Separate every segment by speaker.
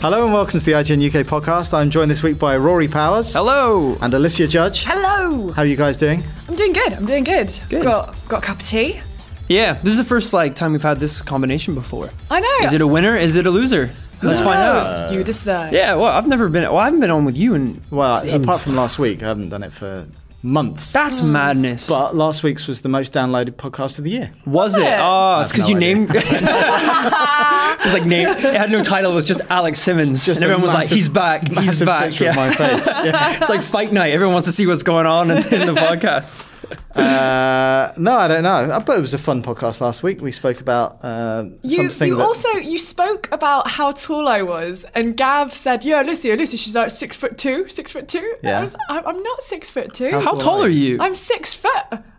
Speaker 1: Hello and welcome to the IGN UK podcast. I'm joined this week by Rory Powers
Speaker 2: Hello.
Speaker 1: and Alicia Judge.
Speaker 3: Hello.
Speaker 1: How are you guys doing?
Speaker 3: I'm doing good. I'm doing good.
Speaker 2: Good.
Speaker 3: Got got a cup of tea.
Speaker 2: Yeah, this is the first like time we've had this combination before.
Speaker 3: I know.
Speaker 2: Is it a winner? Is it a loser? Let's find out.
Speaker 3: Yes, you decide.
Speaker 2: Yeah, well, I've never been. Well, I haven't been on with you, and
Speaker 1: Well, apart from last week, I haven't done it for months.
Speaker 2: that's madness.
Speaker 1: Mm. But last week's was the most downloaded podcast of the year.
Speaker 2: was it?
Speaker 3: it?
Speaker 2: Oh, it's
Speaker 1: have
Speaker 2: because you
Speaker 1: no idea.
Speaker 2: named. it's like name. It had no title. It was just Alex Simmons.
Speaker 1: Just a
Speaker 2: and everyone was like,
Speaker 1: massive-
Speaker 2: "He's back. He's
Speaker 1: Massive
Speaker 2: back."
Speaker 1: picture
Speaker 2: Yeah.
Speaker 1: of my face. Yeah.
Speaker 2: it's like fight night. Everyone wants to see what's going on in, in the podcast.
Speaker 1: Uh, no, I don't know. Uh, But it was a fun podcast last week. We spoke about uh,
Speaker 3: You,
Speaker 1: something
Speaker 3: you
Speaker 1: that
Speaker 3: also you spoke about how tall I was, and Gav said, "Yeah, Lucy, Lucy, she's like six foot two, six foot two.
Speaker 1: Yeah.
Speaker 3: I was, I, I'm not six foot two.
Speaker 2: How
Speaker 1: Well,
Speaker 2: tall
Speaker 1: I-
Speaker 2: are you?
Speaker 3: I'm six foot.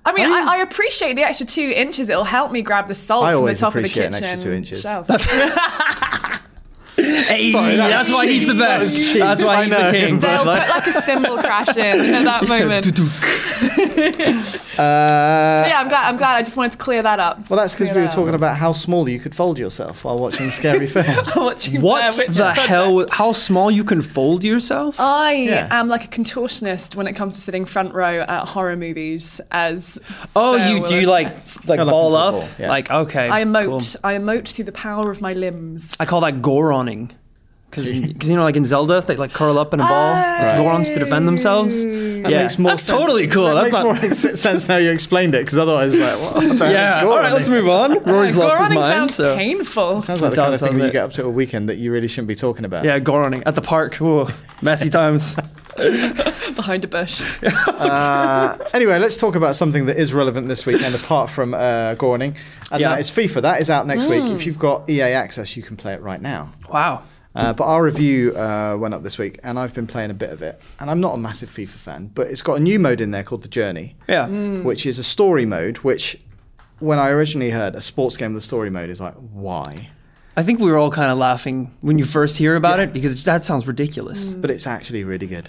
Speaker 3: I mean, I, I appreciate the extra two inches. It'll help me grab the salt
Speaker 1: I
Speaker 3: from the
Speaker 1: always
Speaker 3: top of the
Speaker 1: appreciate
Speaker 3: kitchen
Speaker 1: an extra two inches.
Speaker 3: shelf.
Speaker 2: Hey,
Speaker 1: Sorry, that
Speaker 2: that's
Speaker 1: was
Speaker 2: why he's
Speaker 1: cheap.
Speaker 2: the
Speaker 1: That was
Speaker 2: best.
Speaker 1: cheap.
Speaker 2: That's
Speaker 1: I
Speaker 2: why he's
Speaker 1: know.
Speaker 2: the king.
Speaker 3: They'll put
Speaker 1: Like-
Speaker 3: like a cymbal crash in at that moment.
Speaker 1: Uh,
Speaker 3: yeah, I'm glad. I'm glad. I just wanted to clear that up.
Speaker 1: well, that's because
Speaker 3: Clear
Speaker 1: we were
Speaker 3: that up.
Speaker 1: talking about how small you could fold yourself while watching scary films.
Speaker 3: Watching Blair
Speaker 2: What
Speaker 3: Witch
Speaker 2: the
Speaker 3: Project.
Speaker 2: hell? How small you can fold yourself?
Speaker 3: I
Speaker 1: Yeah.
Speaker 3: am like a contortionist when it comes to sitting front row at horror movies. As
Speaker 2: oh,
Speaker 3: Blair
Speaker 2: you do you
Speaker 3: Willis.
Speaker 2: like like
Speaker 1: Kinda like
Speaker 2: ball
Speaker 1: into a
Speaker 2: up?
Speaker 1: ball, yeah.
Speaker 2: Like okay,
Speaker 3: I
Speaker 2: cool.
Speaker 3: emote, I emote through the power of my limbs.
Speaker 2: I call that Goroning. Because you know, like in Zelda, they like curl up in a ball, Gorons to defend themselves. Ah, yeah,
Speaker 1: makes more
Speaker 2: that's
Speaker 1: sense.
Speaker 2: totally cool.
Speaker 1: That
Speaker 2: that's
Speaker 1: makes
Speaker 2: not.
Speaker 1: more ex- sense now you explained it because otherwise, like, what the hell
Speaker 2: yeah.
Speaker 1: is going
Speaker 2: All
Speaker 1: on
Speaker 2: right, let's
Speaker 1: here?
Speaker 2: move on. Rory's
Speaker 3: Yeah,
Speaker 2: lost his
Speaker 3: Goraning
Speaker 2: mind.
Speaker 3: Uh, sounds
Speaker 2: So
Speaker 3: painful.
Speaker 1: Sounds like the
Speaker 2: It
Speaker 1: kind of
Speaker 2: does,
Speaker 1: thing
Speaker 2: doesn't
Speaker 1: that you
Speaker 2: it?
Speaker 1: get up to a weekend that you really shouldn't be talking about.
Speaker 2: yeah, Goroning at the park. Ooh, messy times.
Speaker 3: Behind a bush.
Speaker 1: Uh, anyway, let's talk about something that is relevant this weekend, apart from uh, Gorning, and
Speaker 2: Yeah. Mm.
Speaker 1: that is FIFA. That is out next week. If you've got EA access, you can play it right now.
Speaker 2: Wow.
Speaker 1: Uh, but our review uh, went up this week, and I've been playing a bit of it. And I'm not a massive FIFA fan, but it's got a new mode in there called the Journey,
Speaker 2: Yeah.
Speaker 1: which is a story mode. Which, when I originally heard a sports game with a story mode, is like, why?
Speaker 2: I think we were all kind of laughing when you first hear about it because that sounds ridiculous.
Speaker 1: But it's actually really good.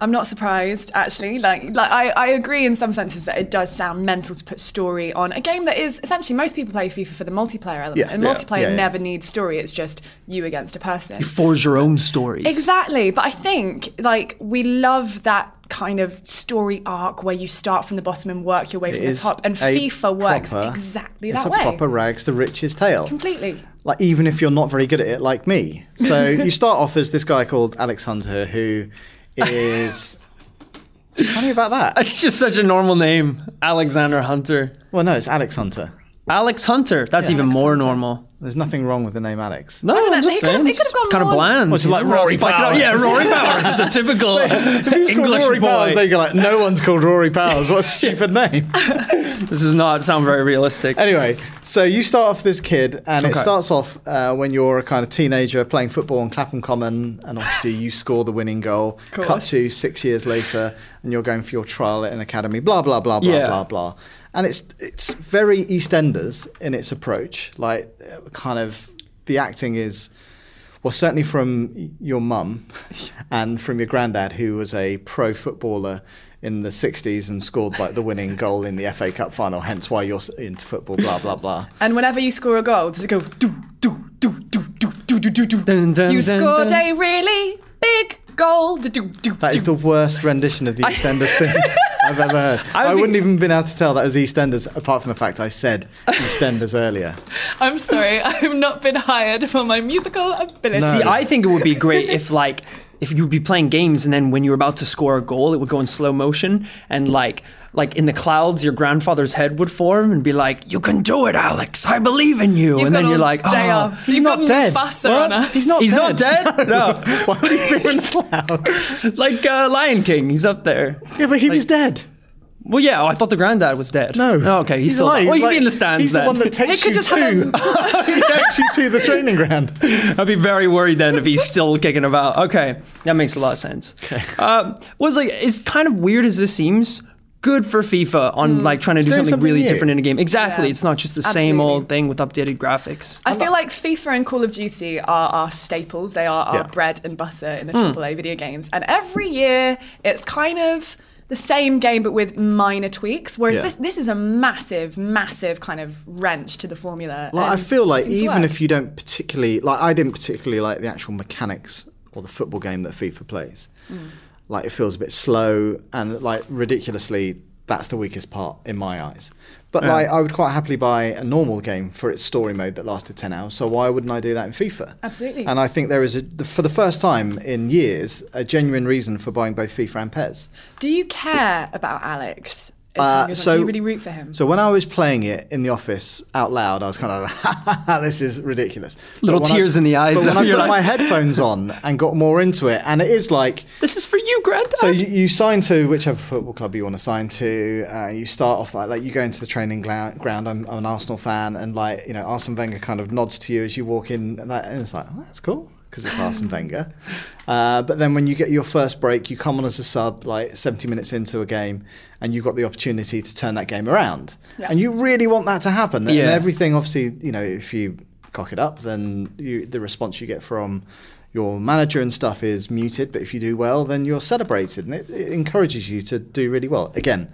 Speaker 3: I'm not surprised, actually. Like, like I, I agree in some senses that it does sound mental to put story on a game that is essentially most people play FIFA for the multiplayer element,
Speaker 1: Yeah,
Speaker 3: and
Speaker 1: yeah,
Speaker 3: multiplayer
Speaker 1: yeah, yeah.
Speaker 3: never needs story. It's just you against a person.
Speaker 2: Forge your own stories.
Speaker 3: Exactly. But I think like we love that kind of story arc where you start from the bottom and work your way from the
Speaker 1: It's
Speaker 3: top. And
Speaker 1: a
Speaker 3: FIFA works
Speaker 1: proper-
Speaker 3: exactly
Speaker 1: it's
Speaker 3: that
Speaker 1: a
Speaker 3: way.
Speaker 1: proper rags to riches tale.
Speaker 3: Completely.
Speaker 1: like even if you're not very good at it like me so you start off as this guy called alex hunter who is tell me about that
Speaker 2: It's just such a normal name, Alexander Hunter.
Speaker 1: well no it's alex hunter
Speaker 2: Alex Hunter. That's even more normal.
Speaker 1: there's nothing wrong with the name alex
Speaker 2: No,
Speaker 3: don't know,
Speaker 2: I'm just
Speaker 3: he could've-
Speaker 2: saying.
Speaker 3: he
Speaker 2: it's
Speaker 3: could've gone
Speaker 2: kind of
Speaker 3: more-
Speaker 2: bland.
Speaker 1: Well, it's
Speaker 2: He
Speaker 1: like
Speaker 2: didn't really
Speaker 1: Rory
Speaker 2: spike it up.
Speaker 1: Powers.
Speaker 2: Yeah, Rory Powers. It's a typical
Speaker 1: It's called
Speaker 2: English
Speaker 1: Rory Powers. They
Speaker 2: boy.
Speaker 1: go like, no one's called Rory Powers. What a stupid name.
Speaker 2: This does not sound very realistic.
Speaker 1: anyway, so you start off this kid, and it
Speaker 2: Okay.
Speaker 1: starts off uh, when you're a kind of teenager playing football on Clapham Common, and obviously you score the winning goal. Cut
Speaker 3: course.
Speaker 1: to six years later, and you're going for your trial at an academy. Blah blah blah blah
Speaker 2: Yeah.
Speaker 1: blah blah. And it's it's very EastEnders in its approach, like uh, kind of the acting is. Well, certainly from your mum and from your granddad, who was a pro footballer in the 60s and scored like the winning goal in the FA Cup final, hence why you're s- into football, blah, blah, blah.
Speaker 3: And whenever you score a goal, does it go do do do do do do do do do?
Speaker 2: Dun, dun,
Speaker 3: you
Speaker 2: dun,
Speaker 3: scored
Speaker 2: dun.
Speaker 3: a really big goal. Do, do, do,
Speaker 1: That is
Speaker 3: do.
Speaker 1: the worst rendition of the EastEnders thing I've ever heard. I,
Speaker 2: would be-
Speaker 1: wouldn't even been able to tell that was EastEnders, apart from the fact I said EastEnders earlier.
Speaker 3: I'm sorry, I've not been hired for my musical ability.
Speaker 2: See, I think it would be great if like if you'd be playing games and then when you were about to score a goal, it would go in slow motion and like like in the clouds, your grandfather's head would form and be like, "You can do it, Alex. I believe in you."
Speaker 3: You've
Speaker 2: and then
Speaker 3: got
Speaker 2: you're
Speaker 3: all
Speaker 2: like,
Speaker 3: J
Speaker 2: "Oh,
Speaker 3: R. You've
Speaker 1: not
Speaker 3: got
Speaker 1: dead.
Speaker 3: Mufasa
Speaker 2: What?
Speaker 3: on us.
Speaker 1: He's not
Speaker 2: he's
Speaker 1: dead.
Speaker 2: not dead." No,
Speaker 1: Why would he be in clouds?
Speaker 2: like uh, Lion King, he's up there.
Speaker 1: Yeah, but he was dead.
Speaker 2: Well, yeah, oh, I thought the granddad was dead.
Speaker 1: No.
Speaker 2: Oh, okay, he's, still.
Speaker 1: alive.
Speaker 2: Well,
Speaker 1: He's
Speaker 2: you'd
Speaker 1: like-
Speaker 2: be in the stands
Speaker 1: He's
Speaker 2: then.
Speaker 1: the one that
Speaker 3: He
Speaker 1: takes you
Speaker 3: could just
Speaker 1: to.
Speaker 3: have
Speaker 1: he takes you to the training ground.
Speaker 2: I'd be very worried then if he's still kicking about. Okay, that makes a lot of sense. Okay. Uh, was like as kind of weird as this seems. Good for FIFA on like trying to do
Speaker 1: doing
Speaker 2: something,
Speaker 1: something
Speaker 2: really
Speaker 1: new.
Speaker 2: different in a game. Exactly,
Speaker 3: Yeah.
Speaker 2: it's not just the same
Speaker 3: Absolutely.
Speaker 2: old thing with updated graphics.
Speaker 3: I feel like FIFA and Call of Duty are our staples. They are our
Speaker 1: Yeah. Hmm.
Speaker 3: bread and butter in the AAA video games. And every year, it's kind of the same game but with minor tweaks. Whereas
Speaker 1: Yeah.
Speaker 3: this this is a massive, massive kind of wrench to the formula.
Speaker 1: Like, I
Speaker 3: and
Speaker 1: feel like
Speaker 3: seems to
Speaker 1: even
Speaker 3: work.
Speaker 1: if you don't particularly like, I didn't particularly like the actual mechanics or the football game that FIFA plays.
Speaker 3: Mm.
Speaker 1: Like it feels a bit slow and like ridiculously, that's the weakest part in my eyes. But like, I would quite happily buy a normal game for its story mode that lasted ten hours. So why wouldn't I do that in FIFA?
Speaker 3: Absolutely.
Speaker 1: And I think there is a, the- for the first time in years, a genuine reason for buying both FIFA and PES.
Speaker 3: do you care about Alex? As
Speaker 1: Uh,
Speaker 3: long as, like, do you really root for him?
Speaker 1: So when I was playing it in the office out loud, I was kind of like, "Ha, ha, this is ridiculous. But
Speaker 2: Little
Speaker 1: when
Speaker 2: tears in the eyes,
Speaker 1: But when
Speaker 2: though.
Speaker 1: I
Speaker 2: You're
Speaker 1: put my
Speaker 2: like-
Speaker 1: headphones on and got more into it, and it is like,
Speaker 2: This is for you, granddad.
Speaker 1: so you, you sign to whichever football club you want to sign to. Uh, you start off like, like you go into the training glou- ground. I'm, I'm an Arsenal fan, and like you know, Arsene Wenger kind of nods to you as you walk in, and, that, and it's like, oh, that's cool because it's Arsene Wenger. Uh, but then when you get your first break, you come on as a sub, like 70 minutes into a game, and you've got the opportunity to turn that game around.
Speaker 3: Yeah.
Speaker 1: And you really want that to happen. And
Speaker 2: Yeah.
Speaker 1: everything, obviously, you know, if you cock it up, then you, the response you get from your manager and stuff is muted. But if you do well, then you're celebrated, and it, it encourages you to do really well. Again,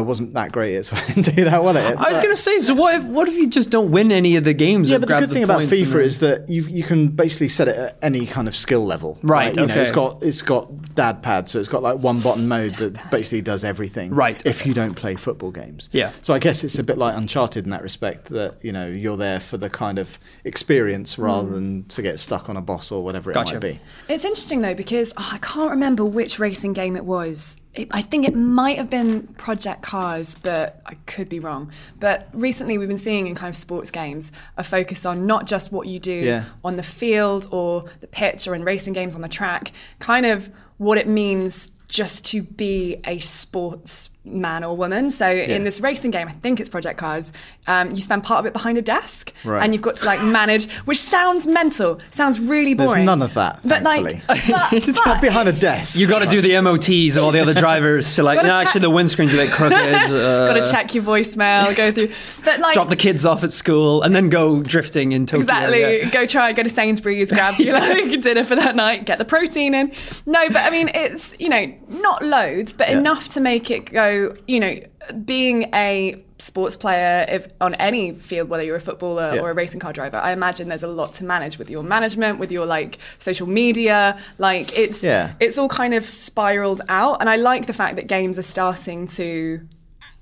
Speaker 1: I wasn't that great at it, so I didn't do that well at it.
Speaker 2: I was
Speaker 1: but-
Speaker 2: gonna say, so what if what if you just don't win any of the games?
Speaker 1: yeah,
Speaker 2: and
Speaker 1: but the
Speaker 2: grab
Speaker 1: good thing about
Speaker 2: points and
Speaker 1: FIFA
Speaker 2: then-
Speaker 1: is that you you can basically set it at any kind of skill level.
Speaker 2: Right,
Speaker 1: Like, you know,
Speaker 2: okay.
Speaker 1: it's got it's got dad pad, so it's got like one button mode that basically does everything.
Speaker 2: Right,
Speaker 1: If you don't play football games.
Speaker 2: Yeah.
Speaker 1: So I guess it's a bit like Uncharted in that respect that you know you're there for the kind of experience
Speaker 3: Hmm.
Speaker 1: rather than to get stuck on a boss or whatever
Speaker 2: Gotcha.
Speaker 1: it might be.
Speaker 3: It's interesting though because oh, I can't remember which racing game it was. It, I think it might have been Project Cars, but I could be wrong. But recently, we've been seeing in kind of sports games a focus on not just what you do
Speaker 1: Yeah.
Speaker 3: on the field or the pitch or in racing games on the track, kind of what it means just to be a sportsman or woman. So in this racing game, I think it's Project Cars, um, you spend part of it behind a desk
Speaker 1: Right.
Speaker 3: and you've got to like manage, which sounds mental, sounds really
Speaker 1: There's
Speaker 3: boring.
Speaker 1: none of that,
Speaker 3: But
Speaker 1: thankfully.
Speaker 3: like, but,
Speaker 1: Not
Speaker 3: but-
Speaker 1: behind a desk.
Speaker 2: You got to do the MOTs of all the other drivers to like. No,
Speaker 3: Gotta check-
Speaker 2: actually, the windscreen's a bit crooked. Uh,
Speaker 3: gotta check your voicemail, go through. But like,
Speaker 2: Drop the kids off at school and then go drifting in Tokyo.
Speaker 3: exactly.
Speaker 2: yeah.
Speaker 3: Go try, go to Sainsbury's, grab your like dinner for that night, get the protein in. No, but I mean, it's you know not loads, but
Speaker 1: Yeah.
Speaker 3: enough to make it go. You know, being a sports player if on any field whether you're a footballer
Speaker 1: Yeah.
Speaker 3: or a racing car driver i imagine there's a lot to manage with your management with your like social media like it's
Speaker 1: Yeah.
Speaker 3: it's all kind of spiraled out and i like the fact that games are starting to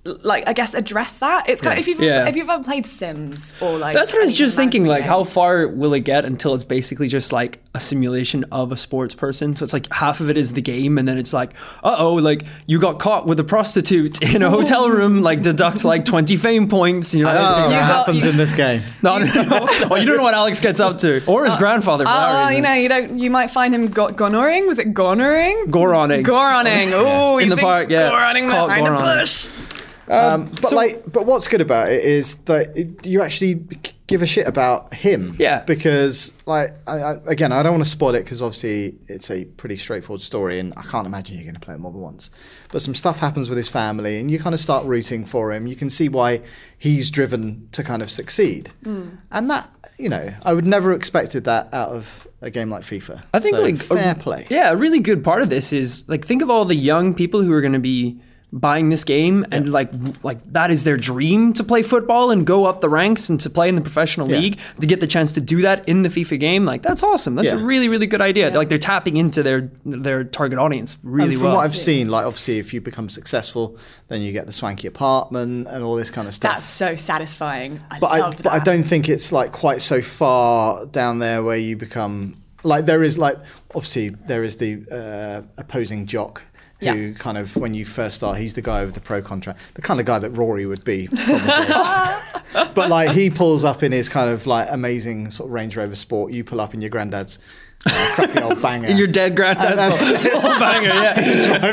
Speaker 3: l- like i guess address that it's kind
Speaker 1: Yeah.
Speaker 3: of if you've
Speaker 2: Yeah.
Speaker 3: if you've ever played sims or like
Speaker 2: That's what I was
Speaker 3: any
Speaker 2: just thinking.
Speaker 3: management
Speaker 2: Like, how
Speaker 3: game.
Speaker 2: far will it get until it's basically just like a simulation of a sports person? So it's like half of it is the game, and then it's like, uh oh, like you got caught with a prostitute in a hotel room, like deduct like 20 fame points, and you're like,
Speaker 1: Everything
Speaker 2: oh,
Speaker 1: that
Speaker 3: got-
Speaker 1: happens
Speaker 3: you-
Speaker 1: in this game.
Speaker 2: no, no, no. Well, you don't know what Alex gets up to, or his grandfather. For that
Speaker 3: Oh,
Speaker 2: reason.
Speaker 3: you know, you don't. You might find him go- gonoring. Was it gonoring?
Speaker 2: Goronning.
Speaker 3: Goronning. Oh,
Speaker 2: In the park, yeah.
Speaker 3: Goronning
Speaker 2: Caught
Speaker 3: behind a
Speaker 2: goronning.
Speaker 3: bush.
Speaker 1: Um, but like, but what's good about it is that it, you actually c- give a shit about him.
Speaker 2: Yeah.
Speaker 1: Because like, I, I, again, I don't want to spoil it because obviously it's a pretty straightforward story, and I can't imagine you're going to play it more than once. But some stuff happens with his family, and you kind of start rooting for him. You can see why he's driven to kind of succeed,
Speaker 2: Hmm.
Speaker 1: and that you know, I would never expected that out of a game like FIFA.
Speaker 2: I think
Speaker 1: So,
Speaker 2: like a-
Speaker 1: fair play.
Speaker 2: Yeah, a really good part of this is like think of all the young people who are going to be buying this game and like w- like that is their dream to play football and go up the ranks and to play in the professional
Speaker 1: Yeah.
Speaker 2: league to get the chance to do that in the FIFA game. Like that's awesome. That's
Speaker 1: Yeah.
Speaker 2: a really really good idea. Like they're tapping into their their target audience really
Speaker 1: and from
Speaker 2: well.
Speaker 1: what I've seen, like obviously, if you become successful, then you get the swanky apartment and all this kind of stuff.
Speaker 3: That's so satisfying. I
Speaker 1: but I,
Speaker 3: love
Speaker 1: but
Speaker 3: that.
Speaker 1: I don't think it's like quite so far down there where you become like there is like obviously there is the uh, opposing jock who
Speaker 3: Yeah.
Speaker 1: kind of when you first start he's the guy with the pro contract the kind of guy that Rory would be probably. but like he pulls up in his kind of like amazing sort of Range Rover Sport you pull up in your granddad's uh, crappy old banger.
Speaker 2: Your dead granddad's old, old banger, yeah.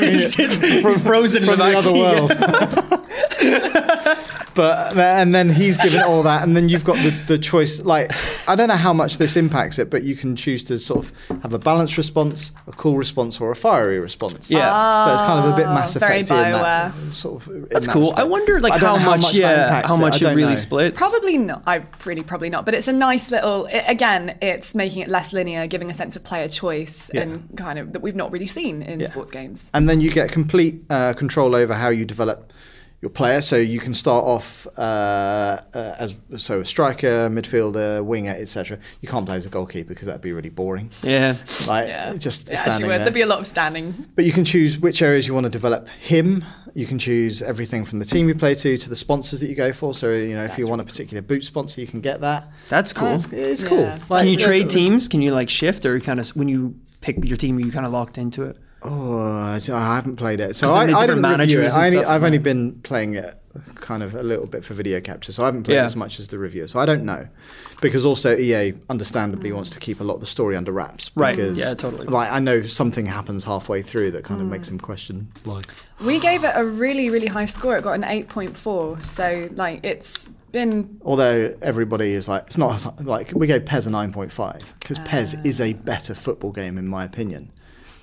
Speaker 2: he's, he's frozen
Speaker 1: from
Speaker 2: in the
Speaker 1: the other
Speaker 2: vaccine.
Speaker 1: world. but and then he's given all that, and then you've got the, the choice. Like I don't know how much this impacts it, but you can choose to sort of have a balanced response, a cool response, or a fiery response.
Speaker 2: Yeah.
Speaker 1: so it's kind of a bit mass
Speaker 3: very
Speaker 1: effect in that sort of. in
Speaker 2: That's
Speaker 1: that
Speaker 2: cool.
Speaker 1: respect.
Speaker 2: I wonder like
Speaker 1: I don't
Speaker 2: how,
Speaker 1: know
Speaker 2: much,
Speaker 1: that
Speaker 2: yeah,
Speaker 1: impacts
Speaker 2: how
Speaker 1: it. I
Speaker 2: much it
Speaker 1: don't
Speaker 2: really
Speaker 1: know.
Speaker 2: splits.
Speaker 3: Probably not. I really probably not. But it's a nice little. i again, it's making it less linear, giving a sense of player choice
Speaker 1: Yeah.
Speaker 3: and kind of that we've not really seen in
Speaker 1: Yeah.
Speaker 3: sports games.
Speaker 1: and then you get complete uh, control over how you develop your player. So you can start off uh, uh, as so a striker, midfielder, winger, etc. You can't play as a goalkeeper because that'd be really boring.
Speaker 2: Yeah.
Speaker 1: Like just
Speaker 3: Yeah, actually,
Speaker 1: standing
Speaker 3: would.
Speaker 1: there.
Speaker 3: there'd be a lot of standing.
Speaker 1: But you can choose which areas you want to develop him. You can choose everything from the team you play to to the sponsors that you go for. So you know, if you want a particular boot sponsor, you can get that.
Speaker 2: That's cool.
Speaker 1: It's, it's cool.
Speaker 3: Yeah.
Speaker 1: Like,
Speaker 2: Can you
Speaker 1: it's-
Speaker 2: trade
Speaker 1: it's-
Speaker 2: teams? Can you like shift or kind of when you pick your team, are you kind of locked into it?
Speaker 1: Oh, I I haven't played it, so
Speaker 2: 'Cause they
Speaker 1: I,
Speaker 2: need
Speaker 1: I
Speaker 2: different
Speaker 1: didn't review
Speaker 2: managers
Speaker 1: it.
Speaker 2: and
Speaker 1: I only,
Speaker 2: stuff,
Speaker 1: I've
Speaker 2: right?
Speaker 1: only been playing it kind of a little bit for video capture, so I haven't played
Speaker 2: Yeah.
Speaker 1: as much as the reviewer. So I don't know, because also EA understandably wants to keep a lot of the story under wraps.
Speaker 2: Right.
Speaker 1: Because,
Speaker 2: Yeah, totally.
Speaker 1: Like I know something happens halfway through that kind of makes them question life.
Speaker 3: We gave it a really, really high score. It got an 8.4. So, like, it's been.
Speaker 1: Although everybody is like, it's not as- like we gave Pez a 9.5 because
Speaker 3: Ah.
Speaker 1: Pez is a better football game in my opinion.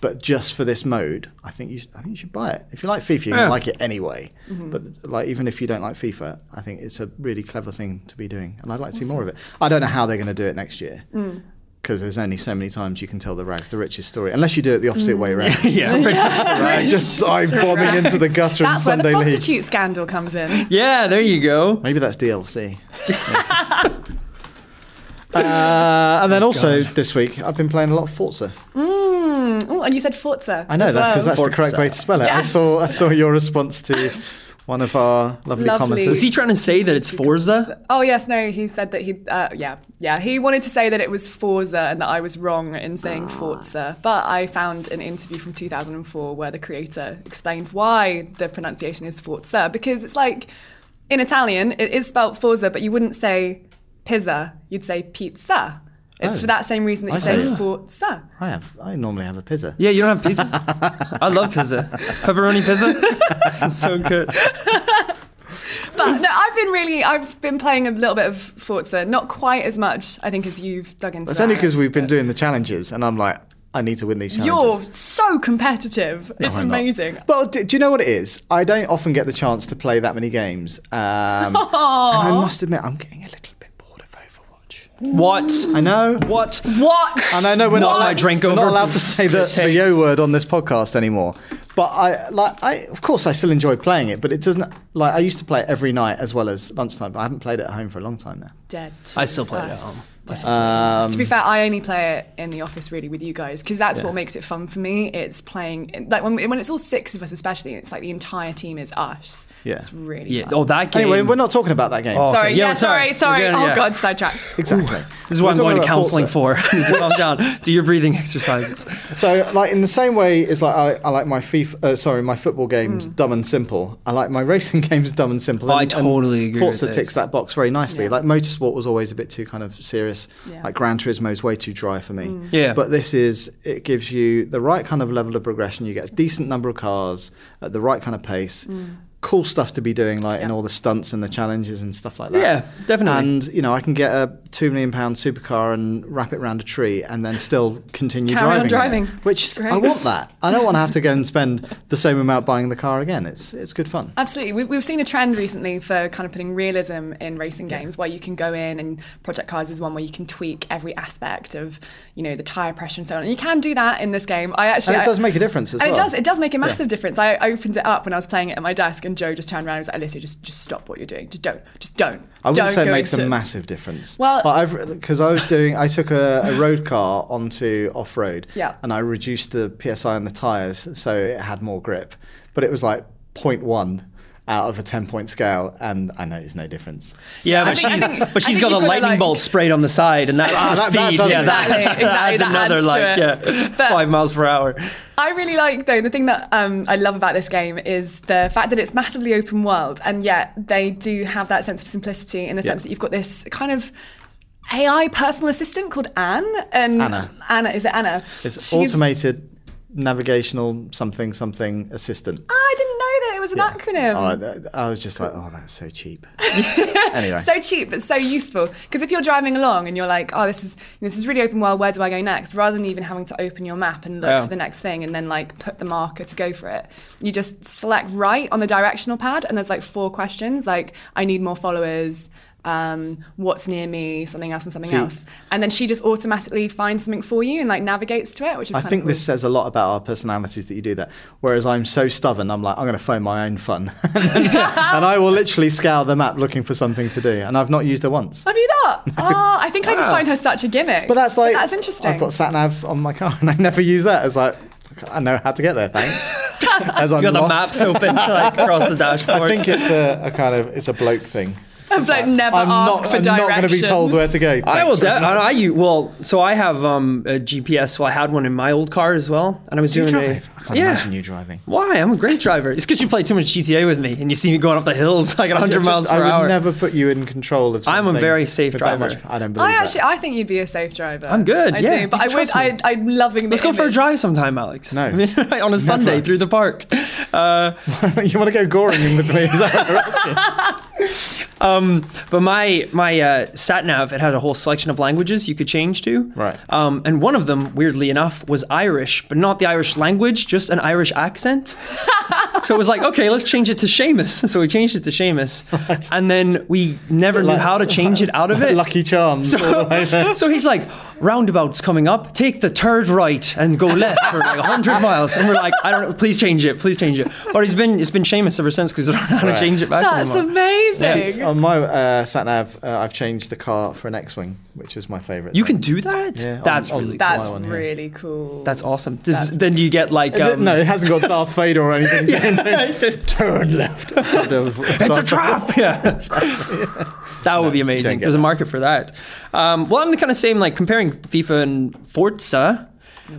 Speaker 1: But just for this mode, I think you, I think you should buy it. If you like FIFA, you're
Speaker 2: Yeah.
Speaker 1: gonna like it anyway.
Speaker 3: Mm-hmm.
Speaker 1: But like, even if you don't like FIFA, I think it's a really clever thing to be doing, and I'd like to see more of it. I don't know how they're going to do it next year
Speaker 3: Mm.
Speaker 1: because there's only so many times you can tell the rags to riches story, unless you do it the
Speaker 3: Mm.
Speaker 1: opposite way around.
Speaker 2: Yeah.
Speaker 1: Right, just dive bombing into the gutter and
Speaker 3: That's where the
Speaker 1: Sunday
Speaker 3: prostitute
Speaker 1: league.
Speaker 3: scandal comes in.
Speaker 2: yeah, there you go.
Speaker 1: Maybe that's DLC. uh, and then also this week, I've been playing a lot of Forza.
Speaker 3: Oh, and you said Forza.
Speaker 1: I know
Speaker 3: as
Speaker 1: that's because
Speaker 3: well.
Speaker 1: that's the correct way to spell it. I
Speaker 3: Yes.
Speaker 1: saw I saw your response to one of our lovely,
Speaker 3: Lovely.
Speaker 1: commenters.
Speaker 3: Was
Speaker 2: Is he trying to say that it's Forza?
Speaker 3: Oh yes, no. He said that he, uh, yeah, yeah. He wanted to say that it was Forza and that I was wrong in saying
Speaker 1: Ah.
Speaker 3: Forza, but I found an interview from 2004 where the creator explained why the pronunciation is Forza because it's like in Italian it is spelt Forza, but you wouldn't say pizza, you'd say pizza. It's
Speaker 1: Oh.
Speaker 3: for that same reason that
Speaker 1: I
Speaker 3: you say
Speaker 1: see.
Speaker 3: Forza.
Speaker 1: I have I normally have a pizza.
Speaker 2: Yeah, you don't have pizza. I love pizza. Pepperoni pizza. it's so good.
Speaker 3: But no, I've been really, I've been playing a little bit of Forza, not quite as much I think as you've dug into.
Speaker 1: That's only
Speaker 3: that.
Speaker 1: because we've been doing the challenges, and I'm like, I need to win these challenges.
Speaker 3: You're so competitive. it's
Speaker 1: I'm not.
Speaker 3: amazing.
Speaker 1: Well, do, do you know what it is? I don't often get the chance to play that many games, um, and I must admit, I'm getting a little bit bored of Overwatch.
Speaker 2: What?
Speaker 1: I know.
Speaker 2: What?
Speaker 3: What?
Speaker 1: And I know we're
Speaker 2: Not
Speaker 1: not,
Speaker 2: my
Speaker 1: allowed-
Speaker 2: drink
Speaker 1: we're not
Speaker 2: over.
Speaker 1: allowed to say the, the yo word on this podcast anymore. But I like I of course I still enjoy playing it, but it doesn't like I used to play it every night as well as lunchtime, but I haven't played it at home for a long time now.
Speaker 3: Dead.
Speaker 2: I still play it at
Speaker 3: us.
Speaker 2: home.
Speaker 3: Dead
Speaker 1: Um,
Speaker 3: to us. to be fair, I only play it in the office really with you guys because that's what makes it fun for me. It's playing like when, when it's all six of us, especially. It's like the entire team is us.
Speaker 1: Yeah.
Speaker 3: it's really
Speaker 2: Yeah.
Speaker 3: fun.
Speaker 2: Oh, that game.
Speaker 1: Anyway, we're not talking about that game.
Speaker 2: Oh.
Speaker 3: sorry,
Speaker 2: okay.
Speaker 3: yeah,
Speaker 2: Yeah, sorry.
Speaker 3: sorry,
Speaker 2: We're
Speaker 3: sorry.
Speaker 2: gonna-
Speaker 3: Oh
Speaker 2: yeah.
Speaker 3: god, sidetracked.
Speaker 1: Exactly.
Speaker 2: this is what
Speaker 1: We're
Speaker 2: I'm
Speaker 1: talking
Speaker 2: going to
Speaker 1: about
Speaker 2: counseling
Speaker 1: Forza.
Speaker 2: for. Calm down. Do your breathing exercises.
Speaker 1: So, like in the same way as like I, I like my FIFA, uh, sorry, my football
Speaker 3: Hmm.
Speaker 1: games dumb and simple. I like my racing games dumb and simple.
Speaker 2: I
Speaker 1: and- and
Speaker 2: totally agree
Speaker 1: Forza
Speaker 2: with this.
Speaker 1: ticks that box very nicely.
Speaker 3: Yeah.
Speaker 1: Like motorsport was always a bit too kind of serious.
Speaker 3: Yeah. Hmm.
Speaker 1: Like Gran Turismo's way too dry for me.
Speaker 2: Yeah.
Speaker 1: But this is it gives you the right kind of level of progression. You get a decent number of cars at the right kind of pace. Cool stuff to be doing, like in
Speaker 3: Hmm. Yeah.
Speaker 1: all the stunts and the challenges and stuff like that.
Speaker 2: Yeah, definitely.
Speaker 1: And you know, I can get a two million pound supercar and wrap it round a tree, and then still continue
Speaker 3: Carry on
Speaker 1: driving, in it,
Speaker 3: driving.
Speaker 1: which is- I
Speaker 3: Great.
Speaker 1: want that. I don't want to have to go and spend the same amount buying the car again. It's it's good fun.
Speaker 3: Absolutely. We've, we've seen a trend recently for kind of putting realism in racing games where you can go in and Project Cars is one where you can tweak every aspect of, you know, the tyre pressure and so on. And you can do that in this game. I actually.
Speaker 1: And it
Speaker 3: I-
Speaker 1: does make a difference as
Speaker 3: and
Speaker 1: well.
Speaker 3: it does. It does make a massive difference. I I opened it up when I was playing it at my desk and Joe just turned around and was like, Alyssa, just, just stop what you're doing. Just don't. Just don't.
Speaker 1: I wouldn't
Speaker 3: Don't
Speaker 1: say it
Speaker 3: go
Speaker 1: makes a
Speaker 3: into-
Speaker 1: massive difference.
Speaker 3: Well-
Speaker 1: but I've because I was doing, I took a, a road car onto off road,
Speaker 3: Yeah.
Speaker 1: and I reduced the psi on the tires so it had more grip, but it was like 0.1 out of a 10 point scale, and I noticed no difference.
Speaker 2: Yeah,
Speaker 3: I
Speaker 2: but
Speaker 3: think- I
Speaker 2: she's,
Speaker 3: think-
Speaker 2: but
Speaker 3: I
Speaker 2: she's
Speaker 3: think
Speaker 2: got a
Speaker 3: you've gotta,
Speaker 2: lightning
Speaker 3: like- Ah,
Speaker 2: bolt sprayed on the side, and that's
Speaker 1: that-
Speaker 2: for
Speaker 1: that
Speaker 2: speed.
Speaker 1: does
Speaker 2: yeah,
Speaker 1: it.
Speaker 2: that,
Speaker 3: Exactly, exactly,
Speaker 2: that's
Speaker 3: that
Speaker 2: another
Speaker 3: adds to
Speaker 2: like
Speaker 3: it.
Speaker 2: yeah,
Speaker 3: But-
Speaker 2: five miles per hour.
Speaker 3: I really like though the thing that um, I love about this game is the fact that it's massively open world, and yet they do have that sense of simplicity in the sense that you've got this kind of AI personal assistant called Anne. And
Speaker 1: Anna.
Speaker 3: Anna, is it Anna?
Speaker 1: It's
Speaker 3: She's-
Speaker 1: automated navigational something something assistant.
Speaker 3: Ah, I didn't know that it was an acronym.
Speaker 1: Oh, th- I was just like, oh, that's so cheap. anyway,
Speaker 3: so cheap but so useful because if you're driving along and you're like oh this is this is really open world where do i go next rather than even having to open your map and look
Speaker 2: Yeah.
Speaker 3: for the next thing and then like put the marker to go for it you just select right on the directional pad and there's like four questions like i need more followers um, what's near me something else and something
Speaker 1: See-
Speaker 3: else and then she just automatically finds something for you and like navigates to it which is
Speaker 1: I
Speaker 3: kinda
Speaker 1: think
Speaker 3: cool.
Speaker 1: this says a lot about our personalities that you do that. Whereas I'm so stubborn, I'm like, I'm going to phone my own fun, and I will literally scour the map looking for something to do, and I've not used her once.
Speaker 3: have you not? Oh, I think I just find her such a gimmick.
Speaker 1: But that's like
Speaker 3: that's interesting.
Speaker 1: I've got sat nav on my car, and I never use that. It's like I know how to get there, thanks. As I'm
Speaker 2: You got the
Speaker 1: lost.
Speaker 2: maps open like across the dashboard.
Speaker 1: I think it's a, a kind of it's a bloke thing.
Speaker 3: I'm like, never
Speaker 1: I'm
Speaker 3: ask
Speaker 1: not,
Speaker 3: for
Speaker 1: I'm
Speaker 3: directions.
Speaker 1: not going to be told where to go.
Speaker 2: I
Speaker 1: thanks
Speaker 2: will.
Speaker 1: very
Speaker 2: De-
Speaker 1: much.
Speaker 2: I, I you well. So I have um, a GPS. So I had one in my old car as well, and I was
Speaker 1: Do you
Speaker 2: doing
Speaker 1: drive?
Speaker 2: a
Speaker 1: I can't
Speaker 2: yeah.
Speaker 1: imagine you driving.
Speaker 2: Why? I'm a great driver. It's because you play too much GTA with me, and you see me going up the hills like at 100
Speaker 1: Just-
Speaker 2: miles per
Speaker 1: I would
Speaker 2: hour.
Speaker 1: never put you in control of.
Speaker 2: I'm a
Speaker 1: something
Speaker 2: very safe
Speaker 1: with that
Speaker 2: driver.
Speaker 1: much- I don't believe
Speaker 3: I
Speaker 1: that.
Speaker 3: actually, I think you'd be a safe driver.
Speaker 2: I'm good,
Speaker 3: I
Speaker 2: yeah,
Speaker 3: do, but
Speaker 2: you
Speaker 3: I
Speaker 2: can
Speaker 3: would.
Speaker 2: trust me.
Speaker 3: I, I'm loving. the
Speaker 2: Let's go for a
Speaker 3: image.
Speaker 2: drive sometime, Alex.
Speaker 1: No.
Speaker 2: I mean, on a Sunday through the park. Uh,
Speaker 1: you want to go goring in with me? Is that what you're asking?
Speaker 2: but my my uh, sat nav it had a whole selection of languages you could change to.
Speaker 1: Right.
Speaker 2: Um, and one of them, weirdly enough, was Irish, but not the Irish language, just an Irish accent. so it was like, okay, let's change it to Seamus. So we changed it to Seamus, and then we never knew
Speaker 1: like-
Speaker 2: how to change it out of it.
Speaker 1: Lucky Charms. all the way there.
Speaker 2: So he's like, roundabouts coming up, take the third right and go left for like 100 miles. And we're like, I don't know, please change it, please change it. But it's been it's been Seamus ever since because I don't know how
Speaker 1: Right.
Speaker 2: to change it back
Speaker 3: That's
Speaker 2: anymore.
Speaker 3: amazing.
Speaker 1: On my uh, sat nav, uh, I've changed the car for an X-wing, which is my favourite.
Speaker 2: You
Speaker 1: thing.
Speaker 2: can do that?
Speaker 1: Yeah, on-
Speaker 2: that's
Speaker 1: on-
Speaker 2: really cool.
Speaker 3: That's
Speaker 1: My one, yeah.
Speaker 3: really cool.
Speaker 2: That's awesome. Does, then you get like,
Speaker 1: It did-
Speaker 2: um,
Speaker 1: no, it hasn't got Darth Vader or anything. Turn left.
Speaker 2: it's
Speaker 1: it's
Speaker 2: a trap. Yeah. That would be amazing.
Speaker 1: don't get
Speaker 2: There's a
Speaker 1: that.
Speaker 2: market for that. Um, well, I'm the kind of same, like comparing FIFA and Forza.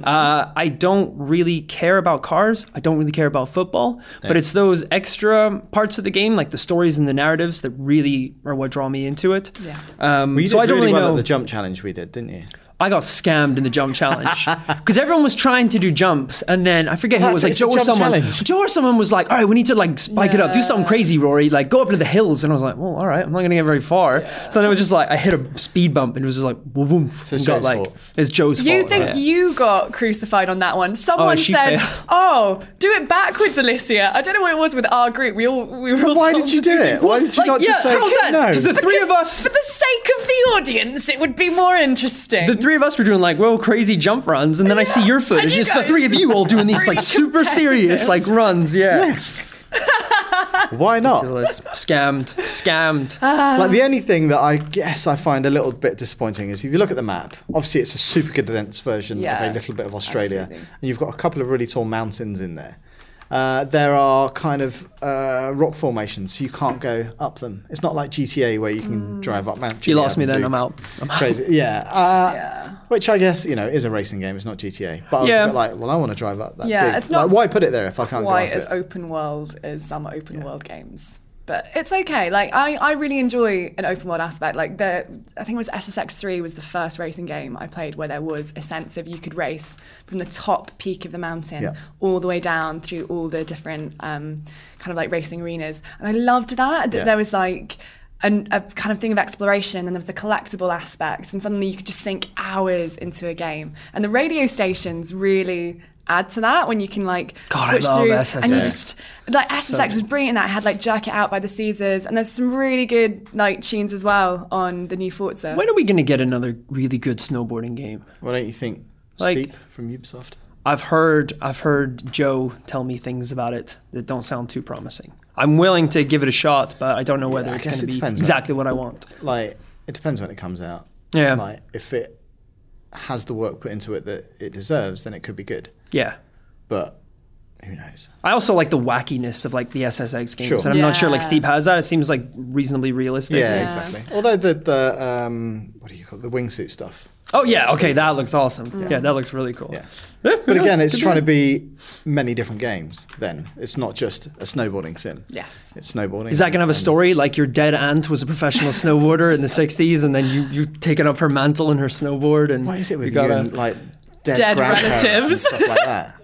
Speaker 2: Uh, I don't really care about cars. I don't really care about football. But it's those extra parts of the game, like the stories and the narratives, that really are what draw me into it.
Speaker 3: Yeah.
Speaker 2: Um,
Speaker 1: You
Speaker 2: so
Speaker 1: did
Speaker 2: I don't
Speaker 1: really,
Speaker 2: really,
Speaker 1: well at
Speaker 2: know.
Speaker 1: the jump challenge we did, didn't you?
Speaker 2: I got scammed in the jump challenge because everyone was trying to do jumps, and then I forget who it
Speaker 1: That's
Speaker 2: was
Speaker 1: it,
Speaker 2: like
Speaker 1: it's a
Speaker 2: Joe or
Speaker 1: jump
Speaker 2: someone.
Speaker 1: challenge.
Speaker 2: Joe or someone was like, "All right, we need to like spike it up, do something
Speaker 3: Yeah.
Speaker 2: crazy, Rory. Like go up into the hills." And I was like, "Well, all right, I'm not gonna get very far." So then it was just like I hit a speed bump, and it was just like, "Woof woof."
Speaker 1: it's
Speaker 2: and got
Speaker 1: Joe's
Speaker 2: like
Speaker 1: fault.
Speaker 2: it's Joe's fault.
Speaker 3: you think
Speaker 2: yeah.
Speaker 3: you got crucified on that one? Someone
Speaker 2: she
Speaker 3: said,
Speaker 2: failed.
Speaker 3: "Oh, do it backwards, Alicia." I don't know what it was with our group. We all we were. all
Speaker 1: Why
Speaker 3: told
Speaker 1: did you
Speaker 3: to
Speaker 1: do it? Why did you
Speaker 2: Like,
Speaker 1: not
Speaker 2: yeah,
Speaker 1: just say
Speaker 2: how's that?
Speaker 1: no?
Speaker 2: Just the three of us.
Speaker 3: For the sake of the audience, it would be more interesting.
Speaker 2: The three of us were doing like well crazy jump runs, and then I see your footage.
Speaker 3: you
Speaker 2: It's the
Speaker 3: guys-
Speaker 2: three of you all doing these like super serious like runs. Yeah.
Speaker 1: Yes. Why not?
Speaker 2: Ridiculous. Scammed. Scammed.
Speaker 1: Like
Speaker 3: Um,
Speaker 1: the only thing that I guess I find a little bit disappointing is if you look at the map, obviously it's a super condensed version
Speaker 3: Yeah,
Speaker 1: of a little bit of Australia,
Speaker 3: absolutely.
Speaker 1: and you've got a couple of really tall mountains in there. Uh, there are kind of uh, rock formations, so you can't go up them. It's not like GTA where you
Speaker 3: Mm.
Speaker 1: can drive up mountains.
Speaker 2: You lost me then. I'm out.
Speaker 1: Crazy, yeah. Uh,
Speaker 3: Yeah.
Speaker 1: Which I guess you know is a racing game. It's not GTA, but I was
Speaker 2: Yeah.
Speaker 1: a bit like, well, I want to drive up that.
Speaker 3: Yeah,
Speaker 1: big-
Speaker 3: it's not
Speaker 1: Like, why put it there if I can't go up
Speaker 3: quite as
Speaker 1: it?
Speaker 3: open world as some open world games. But it's okay. Like I, I really enjoy an open world aspect. Like the I think it was SSX three was the first racing game I played where there was a sense of you could race from the top peak of the mountain
Speaker 1: Yeah.
Speaker 3: all the way down through all the different um, kind of like racing arenas. And I loved that. That
Speaker 1: Yeah.
Speaker 3: there was like an, a kind of thing of exploration, and there was the collectible aspect, and suddenly you could just sink hours into a game. And the radio stations really add to that when you can like
Speaker 2: God, I
Speaker 3: switch
Speaker 2: love
Speaker 3: through and you
Speaker 2: SSX.
Speaker 3: just like SSX was brilliant in that. I had like Jerk It Out by the Caesars, and there's some really good like tunes as well on the new Forza.
Speaker 2: When are we going to get another really good snowboarding game?
Speaker 1: Why don't you think
Speaker 2: Like-
Speaker 1: Steep from Ubisoft?
Speaker 2: I've heard I've heard Joe tell me things about it that don't sound too promising. I'm willing to give it a shot, but I don't know whether
Speaker 1: I
Speaker 2: it's
Speaker 1: guess it
Speaker 2: going to be
Speaker 1: depends, right?
Speaker 2: exactly what I want.
Speaker 1: like it depends when it comes out.
Speaker 2: Yeah.
Speaker 1: Like if it has the work put into it that it deserves, then it could be good.
Speaker 2: Yeah.
Speaker 1: But Who knows?
Speaker 2: I also like the wackiness of like the SSX games,
Speaker 1: Sure.
Speaker 2: and I'm not sure like
Speaker 3: Yeah.
Speaker 2: Steve has that. It seems like reasonably realistic.
Speaker 1: Yeah,
Speaker 3: Yeah.
Speaker 1: exactly. Although the the um, what do you call it? the wingsuit stuff?
Speaker 2: Oh yeah, okay, that looks awesome. Yeah, that looks really cool.
Speaker 1: Yeah.
Speaker 2: Yeah, who
Speaker 1: But again,
Speaker 2: knows?
Speaker 1: it's
Speaker 2: Could
Speaker 1: trying
Speaker 2: be.
Speaker 1: to be many different games. Then it's not just a snowboarding sim.
Speaker 3: Yes.
Speaker 1: it's snowboarding.
Speaker 2: Is that gonna have a story like your dead aunt was a professional snowboarder in the '60s, and then you you've taken up her mantle and her snowboard, and
Speaker 1: What is it with
Speaker 2: you
Speaker 1: you,
Speaker 2: gotta-
Speaker 1: and like dead,
Speaker 3: Dead
Speaker 1: grandparents and
Speaker 3: relatives.
Speaker 1: stuff like that?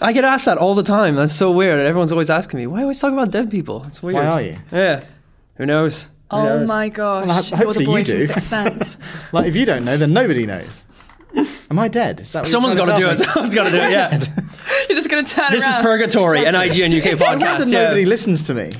Speaker 2: I get asked that all the time. That's so weird. Everyone's always asking me, why always talk about dead people? It's weird.
Speaker 1: Why are you?
Speaker 2: Yeah. Who knows? Who
Speaker 3: Oh
Speaker 2: knows?
Speaker 3: my gosh!
Speaker 1: ho-
Speaker 3: You're the
Speaker 1: hopefully
Speaker 3: boy
Speaker 1: you
Speaker 3: from
Speaker 1: do.
Speaker 3: Sixth Sense.
Speaker 1: Like if you don't know, then nobody knows. Am I dead? Is that what you're
Speaker 2: Someone's
Speaker 1: trying
Speaker 2: got to do
Speaker 1: tell
Speaker 2: it.
Speaker 1: me?
Speaker 2: Someone's got to do it. Yeah. this
Speaker 3: You're just gonna turn
Speaker 2: is
Speaker 3: around.
Speaker 2: Purgatory, an IGN UK
Speaker 1: I wonder
Speaker 2: podcast.
Speaker 1: nobody
Speaker 2: Yeah.
Speaker 1: listens to me.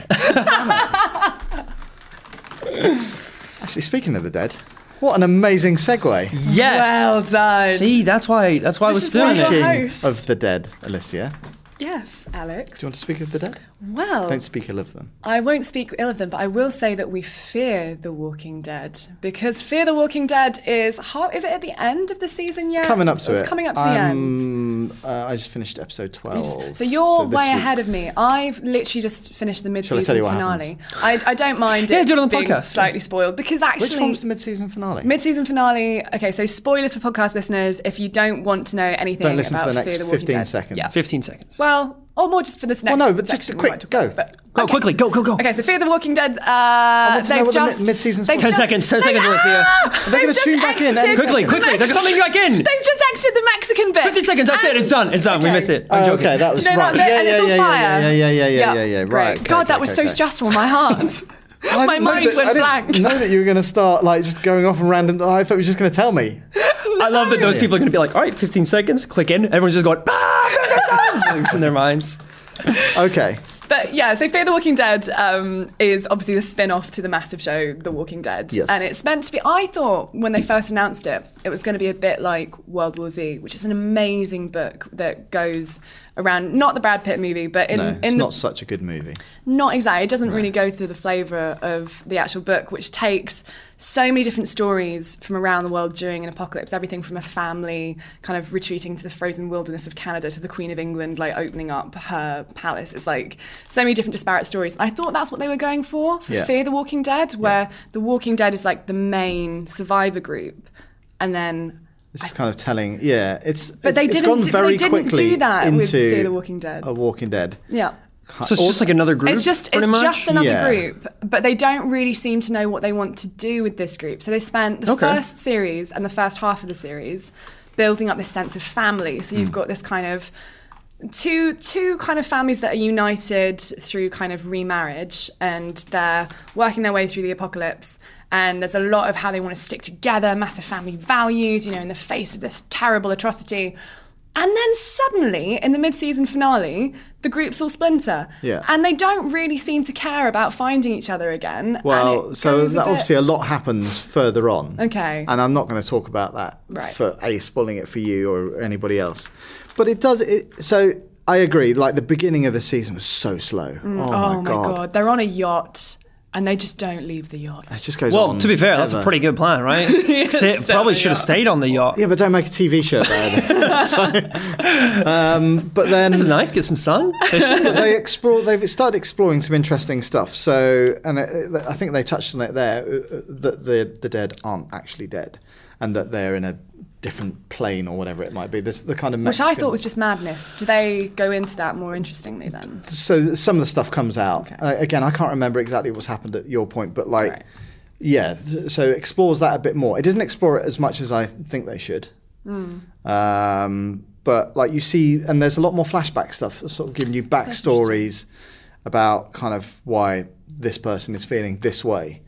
Speaker 1: Actually, speaking of the dead, what an amazing segue.
Speaker 2: Yes.
Speaker 3: Well done.
Speaker 2: See, that's why. That's why I was
Speaker 3: This is why
Speaker 2: doing
Speaker 3: you're
Speaker 2: it.
Speaker 3: hot.
Speaker 1: Speaking
Speaker 3: host.
Speaker 1: of the dead, Alicia, do
Speaker 3: Yes, Alex.
Speaker 1: you want to speak of the dead?
Speaker 3: Well,
Speaker 1: Don't speak ill of them.
Speaker 3: I won't speak ill of them, but I will say that we fear The Walking Dead because Fear the Walking Dead is how is it at the end of the season yet?
Speaker 1: Coming up to
Speaker 3: it's
Speaker 1: it.
Speaker 3: coming up to the end.
Speaker 1: Um, uh, I just finished episode 12.
Speaker 3: So you're
Speaker 1: this
Speaker 3: way ahead of
Speaker 1: week's-
Speaker 3: me. I've literally just finished the
Speaker 1: tell you
Speaker 3: mid-season
Speaker 1: what
Speaker 3: finale. I, I don't mind it.
Speaker 2: Yeah, do it on the
Speaker 3: being
Speaker 2: podcast.
Speaker 3: Slightly spoiled because actually,
Speaker 1: Which one's the mid-season finale?
Speaker 3: mid-season finale. Okay, so spoilers for podcast listeners. If you don't want to know anything
Speaker 1: Don't listen
Speaker 3: about
Speaker 1: for the
Speaker 3: Fear
Speaker 1: next
Speaker 3: the Walking
Speaker 1: 15
Speaker 3: Dead,
Speaker 1: seconds.
Speaker 3: Yeah.
Speaker 2: Fifteen seconds.
Speaker 3: Well, or more just for this next.
Speaker 1: Well, no, but just
Speaker 3: section we
Speaker 1: quick,
Speaker 3: might talk
Speaker 1: go.
Speaker 3: about, but-
Speaker 2: go quickly. Go go go.
Speaker 3: Okay, so Fear the Walking Dead. Uh,
Speaker 1: want to know
Speaker 3: they've
Speaker 1: what the
Speaker 3: just
Speaker 1: mi- mid-season's
Speaker 3: they've
Speaker 1: Ten
Speaker 3: just-
Speaker 2: seconds, ten
Speaker 3: they-
Speaker 2: seconds, Alicia.
Speaker 3: Ah!
Speaker 1: They're gonna
Speaker 3: They've just
Speaker 1: tune back in any
Speaker 3: exited
Speaker 1: Quickly,
Speaker 3: the
Speaker 2: quickly, they're
Speaker 3: Mexican-
Speaker 2: coming back in.
Speaker 3: They've just exited the Mexican bit.
Speaker 2: Fifteen seconds. That's it. It's done. It's done. We
Speaker 3: Okay.
Speaker 2: miss it. I'm
Speaker 1: Oh,
Speaker 2: joking.
Speaker 1: okay, that was
Speaker 3: You know
Speaker 1: right.
Speaker 3: that bit, and it's on
Speaker 1: yeah, yeah,
Speaker 3: fire.
Speaker 1: yeah, yeah, yeah, yeah, yeah, yeah. Right.
Speaker 3: Great.
Speaker 1: okay,
Speaker 3: God,
Speaker 1: okay,
Speaker 3: that was
Speaker 1: okay,
Speaker 3: so
Speaker 1: okay.
Speaker 3: stressful. My heart.
Speaker 1: I
Speaker 3: My
Speaker 1: didn't know
Speaker 3: mind
Speaker 1: that-
Speaker 3: went
Speaker 1: I didn't
Speaker 3: blank.
Speaker 1: know that you were going to start like just going off and random. I thought you were just going to tell me.
Speaker 2: I love that those people are going to be like, all right, 15 seconds, click in. Everyone's just going, ah, in their minds.
Speaker 1: Okay.
Speaker 3: But yeah, so Fear the Walking Dead um, is obviously the spin off to the massive show, The Walking Dead.
Speaker 1: Yes.
Speaker 3: And it's meant to be, I thought when they first announced it, it was going to be a bit like World War Z, which is an amazing book that goes around, not the Brad Pitt movie, but in,
Speaker 1: No,
Speaker 3: in
Speaker 1: it's
Speaker 3: the,
Speaker 1: not such a good movie.
Speaker 3: Not exactly. It doesn't really go through the flavour of the actual book, which takes so many different stories from around the world during an apocalypse. Everything from a family kind of retreating to the frozen wilderness of Canada to the Queen of England, like opening up her palace. It's like so many different disparate stories. I thought that's what they were going for for
Speaker 1: Yeah.
Speaker 3: Fear the Walking Dead, where the Walking Dead is like the main survivor group, and then
Speaker 1: This is kind of telling. Yeah, it's.
Speaker 3: But
Speaker 1: it's-
Speaker 3: they
Speaker 1: it's
Speaker 3: didn't
Speaker 1: gone
Speaker 3: do-
Speaker 1: very
Speaker 3: they didn't
Speaker 1: quickly
Speaker 3: do that
Speaker 1: into
Speaker 3: with Fear the Walking Dead.
Speaker 1: A Walking Dead.
Speaker 3: yeah.
Speaker 2: So it's just like another group.
Speaker 3: It's just
Speaker 2: pretty
Speaker 3: it's
Speaker 2: much?
Speaker 3: just another
Speaker 1: Yeah.
Speaker 3: group, but they don't really seem to know what they want to do with this group. So they spent the
Speaker 2: Okay.
Speaker 3: first series and the first half of the series building up this sense of family. So you've
Speaker 1: Hmm.
Speaker 3: got this kind of two two kind of families that are united through kind of remarriage and they're working their way through the apocalypse and there's a lot of how they want to stick together massive family values you know in the face of this terrible atrocity and then suddenly in the mid-season finale the groups all splinter
Speaker 1: Yeah.
Speaker 3: and they don't really seem to care about finding each other again and
Speaker 1: Well,
Speaker 3: it
Speaker 1: so
Speaker 3: goes a
Speaker 1: that
Speaker 3: bit-
Speaker 1: obviously a lot happens further on.
Speaker 3: Okay.
Speaker 1: And I'm not going to talk about that
Speaker 3: Right.
Speaker 1: for a spoiling it for you or anybody else. But it does. It, so I agree. Like the beginning of the season was so slow. Oh,
Speaker 3: oh
Speaker 1: my god.
Speaker 3: they're on a yacht and they just don't leave the yacht
Speaker 1: It just goes
Speaker 2: Well,
Speaker 1: on
Speaker 2: to be fair, that's a
Speaker 1: forever.
Speaker 2: pretty good plan, right? Stay- probably should have stayed on the yacht.
Speaker 1: Yeah, but don't make a TV show about it. So, um, but then
Speaker 2: This is nice. Get some sun. Fishing.
Speaker 1: but they explore. They've started exploring some interesting stuff. So, and I, I think they touched on it there uh, uh, that the the dead aren't actually dead, and that they're in a different plane or whatever it might be. This the kind of
Speaker 3: which I
Speaker 1: Mexican-
Speaker 3: thought was just madness. Do they go into that more interestingly then?
Speaker 1: so some of the stuff comes out
Speaker 3: Okay.
Speaker 1: uh, again i can't remember exactly what's happened at your point but like
Speaker 3: Right.
Speaker 1: yeah th- so it explores that a bit more it doesn't explore it as much as i think they should
Speaker 3: Hmm.
Speaker 1: um, but like you see and there's a lot more flashback stuff sort of giving you backstories about kind of why this person is feeling this way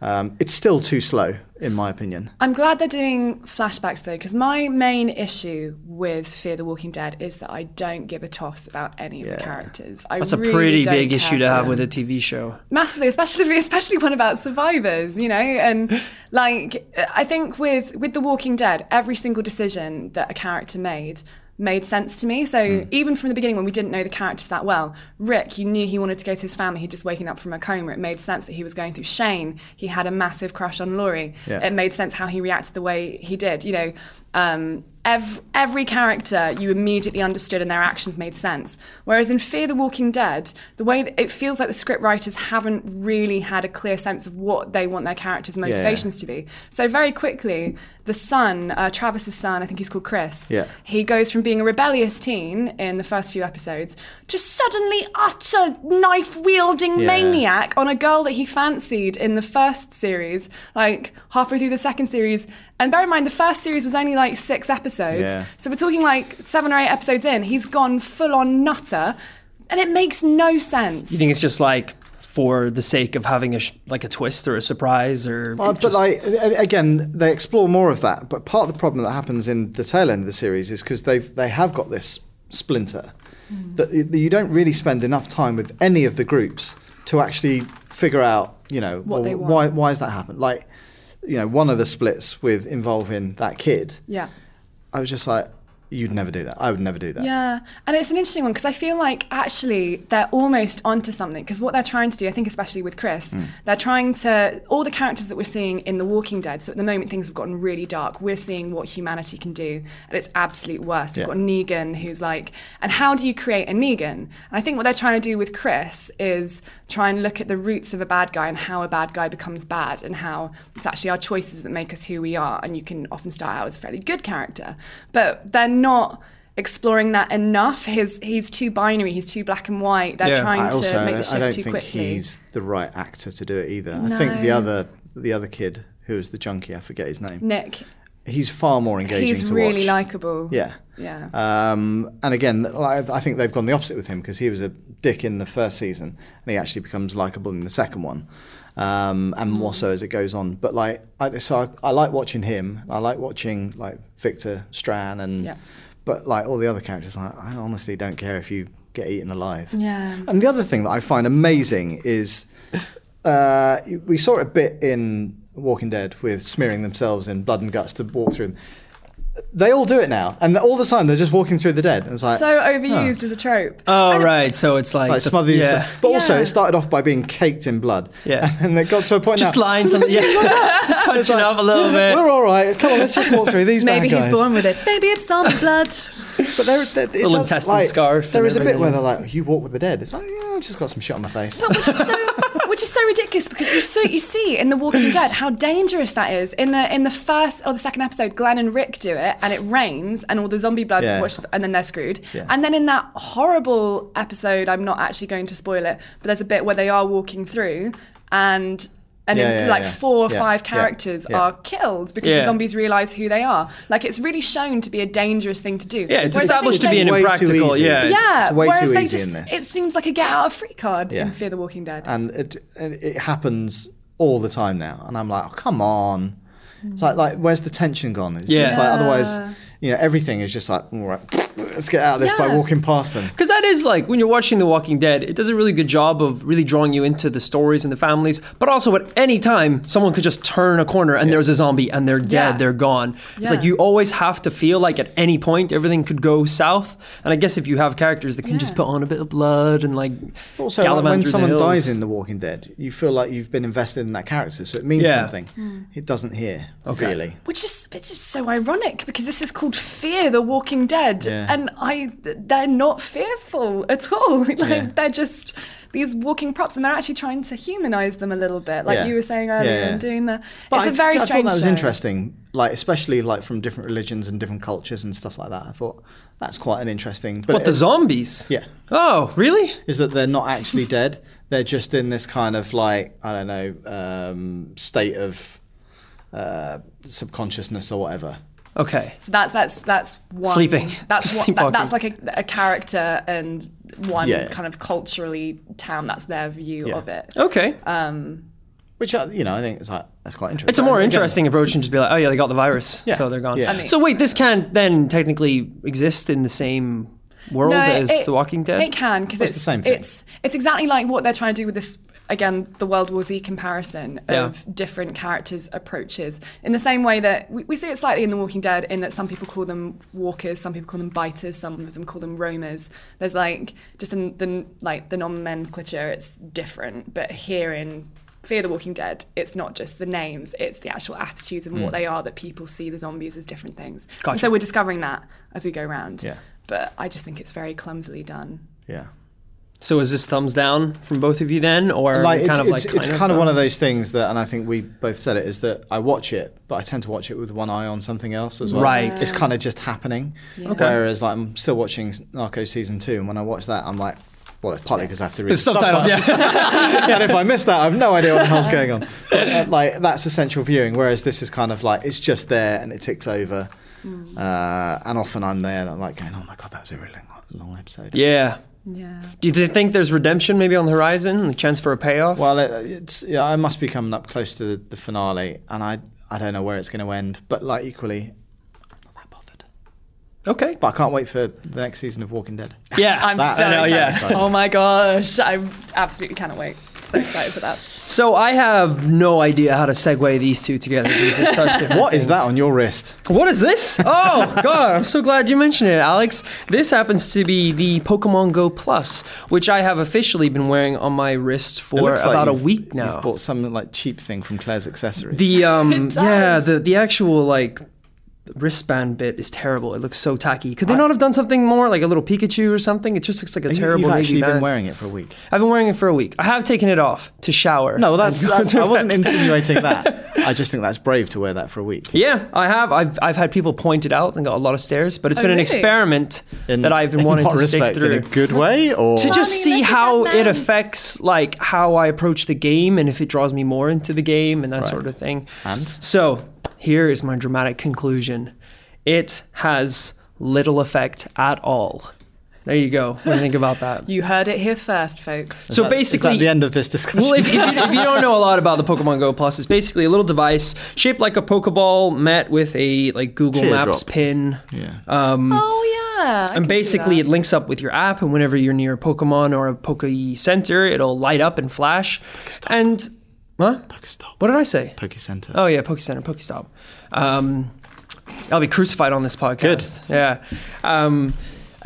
Speaker 1: um, it's still too slow in my opinion
Speaker 3: I'm glad they're doing flashbacks though, because my main issue with Fear the Walking Dead is that I don't give a toss about any of the
Speaker 1: Yeah.
Speaker 3: characters. I
Speaker 2: That's a
Speaker 3: really
Speaker 2: pretty
Speaker 3: don't
Speaker 2: big
Speaker 3: care
Speaker 2: issue to
Speaker 3: for
Speaker 2: have
Speaker 3: them.
Speaker 2: with a TV show.
Speaker 3: massively especially especially one about survivors you know and like i think with with the walking dead every single decision that a character made made sense to me so even from the beginning when we didn't know the characters that well rick you knew he wanted to go to his family he'd just waken up from a coma it made sense that he was going through shane he had a massive crush on laurie
Speaker 1: Yeah.
Speaker 3: it made sense how he reacted the way he did you know um Every, every character you immediately understood and their actions made sense. Whereas in Fear the Walking Dead, the way that it feels like the script writers haven't really had a clear sense of what they want their characters' motivations to be. So very quickly, the son, uh, Travis's son, I think he's called Chris.
Speaker 1: Yeah.
Speaker 3: He goes from being a rebellious teen in the first few episodes to suddenly utter knife wielding
Speaker 1: Yeah.
Speaker 3: maniac on a girl that he fancied in the first series, like halfway through the second series. And bear in mind, the first series was only like six episodes.
Speaker 1: Yeah.
Speaker 3: So we're talking like seven or eight episodes in. He's gone full on nutter, and it makes no sense.
Speaker 2: You think it's just like for the sake of having a sh- like a twist or a surprise or
Speaker 1: Well, Uh,
Speaker 2: just-
Speaker 1: Oh, but like a- again, they explore more of that. But part of the problem that happens in the tail end of the series is because they've they have got this splinter
Speaker 3: Mm.
Speaker 1: that y- that you don't really spend enough time with any of the groups to actually figure out, you know,
Speaker 3: What they want.
Speaker 1: why why has that happened? Like, you know, one of the splits with involving that kid.
Speaker 3: yeah.
Speaker 1: I was just like, you'd never do that. I would never do that.
Speaker 3: Yeah, and it's an interesting one because I feel like actually they're almost onto something because what they're trying to do, I think, especially with Chris,
Speaker 1: Mm.
Speaker 3: they're trying to all the characters that we're seeing in The Walking Dead. So at the moment, things have gotten really dark. We're seeing what humanity can do at its absolute worst. We've
Speaker 1: Yeah.
Speaker 3: got Negan, who's like, and how do you create a Negan? And I think what they're trying to do with Chris is try and look at the roots of a bad guy and how a bad guy becomes bad and how it's actually our choices that make us who we are. And you can often start out as a fairly good character, but they're not exploring that enough. His he's too binary. He's too black and white. They're
Speaker 2: Yeah.
Speaker 3: trying
Speaker 1: I
Speaker 3: to
Speaker 1: also
Speaker 3: make the shift
Speaker 1: I don't
Speaker 3: too
Speaker 1: think
Speaker 3: quickly.
Speaker 1: he's the right actor to do it either. I think the
Speaker 3: No.
Speaker 1: other the other kid who was the junkie, I forget his name.
Speaker 3: Nick.
Speaker 1: He's far more engaging
Speaker 3: He's
Speaker 1: to watch.
Speaker 3: really likable.
Speaker 1: Yeah.
Speaker 3: Yeah.
Speaker 1: Um, and again, like, I think they've gone the opposite with him because he was a dick in the first season, and he actually becomes likable in the second one, um, and more so as it goes on. But like, I, so I, I like watching him. I like watching like Victor Stran, and
Speaker 3: Yeah.
Speaker 1: but like all the other characters, like, I honestly don't care if you get eaten alive.
Speaker 3: Yeah.
Speaker 1: And the other thing that I find amazing is uh, we saw it a bit in Walking Dead with smearing themselves in blood and guts to walk through. They all do it now, and all the time they're just walking through the dead. And it's like,
Speaker 3: so overused as a trope.
Speaker 1: Uh,
Speaker 2: oh right, so it's like,
Speaker 1: like
Speaker 2: the-
Speaker 1: smother
Speaker 2: yeah.
Speaker 1: yourself. But also,
Speaker 3: Yeah.
Speaker 1: it started off by being caked in blood.
Speaker 2: Yeah.
Speaker 1: And then it got to a point
Speaker 2: just
Speaker 1: now,
Speaker 2: lines and yeah, just touching up a little bit.
Speaker 1: we're all right. Come on, let's just walk through these
Speaker 3: Maybe
Speaker 1: bad
Speaker 3: he's
Speaker 1: guys."
Speaker 3: born with it. Maybe it's zombie blood.
Speaker 1: But there, there, it
Speaker 2: Little
Speaker 1: does,
Speaker 2: intestine
Speaker 1: like,
Speaker 2: scarf
Speaker 1: There
Speaker 2: and
Speaker 1: is a bit where
Speaker 2: everything.
Speaker 1: they're like, you walk with the dead. It's like, yeah, I've just got some shit on my face.
Speaker 3: which is so which is so ridiculous because you so you see in The Walking Dead how dangerous that is. In the in the first or the second episode, Glenn and Rick do it, and it rains, and all the zombie blood
Speaker 1: Yeah.
Speaker 3: washes, and then they're screwed.
Speaker 1: Yeah.
Speaker 3: And then in that horrible episode, I'm not actually going to spoil it, but there's a bit where they are walking through, and. And
Speaker 1: Yeah,
Speaker 3: in,
Speaker 1: yeah,
Speaker 3: like
Speaker 1: yeah.
Speaker 3: four or
Speaker 1: Yeah,
Speaker 3: five
Speaker 1: yeah,
Speaker 3: characters
Speaker 1: yeah.
Speaker 3: are killed because
Speaker 2: Yeah.
Speaker 3: the zombies realize who they are. Like it's really shown to be a dangerous thing to do.
Speaker 2: Yeah, it's
Speaker 3: Whereas I
Speaker 2: established
Speaker 3: think
Speaker 2: to be
Speaker 3: they-
Speaker 2: an
Speaker 1: Way too
Speaker 2: impractical.
Speaker 1: easy.
Speaker 2: Yeah, it's-
Speaker 3: yeah,
Speaker 1: it's way too
Speaker 3: whereas they
Speaker 1: easy
Speaker 3: just,
Speaker 1: in this.
Speaker 3: It seems like a get out of free card
Speaker 1: Yeah.
Speaker 3: in Fear the Walking Dead.
Speaker 1: and it and it happens all the time now. And I'm like, oh, come on. It's like, like, where's the tension gone? It's just
Speaker 2: Yeah.
Speaker 1: like, otherwise, you know, everything is just like, all right, let's get out of this by
Speaker 3: Yeah.
Speaker 1: walking past them.
Speaker 2: Because that is like when you're watching The Walking Dead, it does a really good job of really drawing you into the stories and the families. But also, at any time, someone could just turn a corner and there's a zombie and they're dead,
Speaker 3: Yeah.
Speaker 2: they're gone. It's like
Speaker 3: Yeah.
Speaker 2: you always have to feel like at any point everything could go south. And I guess if you have characters that can just
Speaker 3: Yeah.
Speaker 2: put on a bit of blood and like
Speaker 1: Also, like,
Speaker 2: gallivant
Speaker 1: when
Speaker 2: through
Speaker 1: someone
Speaker 2: the hills.
Speaker 1: dies in The Walking Dead, you feel like you've been invested in that character, so it means
Speaker 2: Yeah.
Speaker 1: something. It doesn't here, really.
Speaker 3: Which is Hmm. it's just so ironic because this is called Fear the Walking Dead,
Speaker 1: Yeah.
Speaker 3: and I they're not fearful at all. like
Speaker 1: Yeah.
Speaker 3: they're just these walking props, and they're actually trying to humanize them a little bit, like
Speaker 1: Yeah.
Speaker 3: you were saying earlier,
Speaker 1: Yeah, yeah.
Speaker 3: and doing that.
Speaker 1: But
Speaker 3: it's a
Speaker 1: I-
Speaker 3: very
Speaker 1: I
Speaker 3: strange.
Speaker 1: thought that was
Speaker 3: show.
Speaker 1: interesting, like especially like from different religions and different cultures and stuff like that. I thought that's quite an interesting. But
Speaker 2: What, the
Speaker 1: it-
Speaker 2: zombies?
Speaker 1: Yeah.
Speaker 2: Oh, really?
Speaker 1: is that they're not actually dead. They're just in this kind of like I don't know um, state of uh, subconsciousness or whatever.
Speaker 2: Okay.
Speaker 3: So that's that's that's one
Speaker 2: Sleeping.
Speaker 3: That's
Speaker 2: Just
Speaker 3: one,
Speaker 2: sleepwalking.
Speaker 3: that, that's like a, a character and one
Speaker 1: Yeah.
Speaker 3: kind of culturally town. That's their view
Speaker 1: Yeah.
Speaker 3: of it.
Speaker 2: Okay.
Speaker 1: Which uh, you know, I think it's like that's quite interesting.
Speaker 2: It's a more
Speaker 1: Again,
Speaker 2: interesting approach than just be like, oh yeah, they got the virus,
Speaker 1: Yeah.
Speaker 2: so they're gone.
Speaker 1: Yeah. I mean-
Speaker 2: so wait, this can't then technically exist in the same world
Speaker 3: No,
Speaker 2: as
Speaker 3: it-
Speaker 2: The Walking Dead.
Speaker 3: It can because
Speaker 1: Well,
Speaker 3: it's,
Speaker 1: it's the same thing.
Speaker 3: It's it's exactly like what they're trying to do with this again the World War Z comparison of
Speaker 2: Yeah.
Speaker 3: different characters' approaches in the same way that we, we see it slightly in The Walking Dead in that some people call them walkers, some people call them biters, some of them call them roamers. There's like just in the like the nomenclature, it's different, but here in Fear the Walking Dead, it's not just the names, it's the actual attitudes and
Speaker 1: Hmm.
Speaker 3: what they are that people see the zombies as different things. And
Speaker 2: Gotcha.
Speaker 3: so we're discovering that as we go round.
Speaker 1: Yeah.
Speaker 3: But I just think it's very clumsily done.
Speaker 1: Yeah.
Speaker 2: So is this thumbs down from both of you then, or
Speaker 1: like
Speaker 2: kind
Speaker 1: it's,
Speaker 2: of like
Speaker 1: it's, it's kind of one of those things that, and I think we both said it, is that I watch it, but I tend to watch it with one eye on something else as well.
Speaker 2: Right.
Speaker 1: It's kind of just happening.
Speaker 2: Okay.
Speaker 1: Whereas like I'm still watching Narcos season two, and when I watch that, I'm like, well, it's partly because I have to read the
Speaker 2: It's subtitles? Yeah.
Speaker 1: and if I miss that, I've no idea what the hell's going on. But, uh, like that's essential viewing, whereas this is kind of like it's just there and it ticks over. Uh, and often I'm there and I'm like going, oh my god, that was a really long, long episode.
Speaker 2: yeah.
Speaker 3: Yeah.
Speaker 2: Do you think there's redemption maybe on the horizon, a chance for a payoff?
Speaker 1: Well, it, it's yeah, I must be coming up close to the, the finale, and I I don't know where it's going to end, but like equally, I'm not that bothered.
Speaker 2: okay.
Speaker 1: But I can't wait for the next season of Walking Dead.
Speaker 2: Yeah,
Speaker 3: I'm
Speaker 1: That-
Speaker 3: so
Speaker 1: I know,
Speaker 3: excited.
Speaker 1: yeah.
Speaker 3: Oh my gosh. I absolutely cannot wait. So excited for that.
Speaker 2: So I have no idea how to segue these two together. because it's such different
Speaker 1: What is
Speaker 2: things.
Speaker 1: that on your wrist?
Speaker 2: What is this? Oh God! I'm so glad you mentioned it, Alex. This happens to be the Pokemon Go Plus, which I have officially been wearing on my wrist
Speaker 1: It
Speaker 2: for
Speaker 1: looks like
Speaker 2: about a
Speaker 1: you've-
Speaker 2: week now.
Speaker 1: You've bought some like cheap thing from Claire's accessories.
Speaker 2: The um yeah, the the actual like wristband bit is terrible. It looks so tacky. Could they not have done something more like a little Pikachu or something? It just looks like a
Speaker 1: You-
Speaker 2: terrible
Speaker 1: You've
Speaker 2: navy
Speaker 1: actually been
Speaker 2: band.
Speaker 1: wearing it for a week.
Speaker 2: I've been wearing it for a week. I have taken it off to shower.
Speaker 1: No, well, that's,
Speaker 2: And go
Speaker 1: that,
Speaker 2: to
Speaker 1: I wasn't
Speaker 2: bed.
Speaker 1: insinuating that. I just think that's brave to wear that for a week.
Speaker 2: Yeah, I have. I've I've had people point it out and got a lot of stares, but it's
Speaker 3: Oh,
Speaker 2: been an
Speaker 3: really?
Speaker 2: experiment
Speaker 1: In-
Speaker 2: that I've been
Speaker 1: in
Speaker 2: wanting
Speaker 1: what
Speaker 2: to stick
Speaker 1: respect,
Speaker 2: through.
Speaker 1: in a good way, or
Speaker 2: to just
Speaker 3: Mommy,
Speaker 2: see
Speaker 3: look at
Speaker 2: how
Speaker 3: that
Speaker 2: it
Speaker 3: man.
Speaker 2: affects like how I approach the game and if it draws me more into the game and that sort of thing.
Speaker 1: And?
Speaker 2: so here is my dramatic conclusion. It has little effect at all. There you go. What do you think about that?
Speaker 3: You heard it here first, folks.
Speaker 2: So
Speaker 1: That- is
Speaker 2: basically,
Speaker 1: that the end of this discussion.
Speaker 2: well, if, if, you, if you don't know a lot about the Pokemon Go Plus, it's basically a little device shaped like a Pokeball met with a like Google Maps
Speaker 1: Teardrop.
Speaker 2: pin.
Speaker 1: yeah.
Speaker 3: Oh yeah. I can
Speaker 2: And
Speaker 3: see
Speaker 2: basically,
Speaker 3: that.
Speaker 2: it links up with your app, and whenever you're near a Pokemon or a Poke Center, it'll light up and flash. And what?
Speaker 1: Pokestop.
Speaker 2: What did I say?
Speaker 1: Poke Center.
Speaker 2: Oh yeah, Poke Center, Pokestop. Um, I'll be crucified on this podcast. Good. Yeah. Um,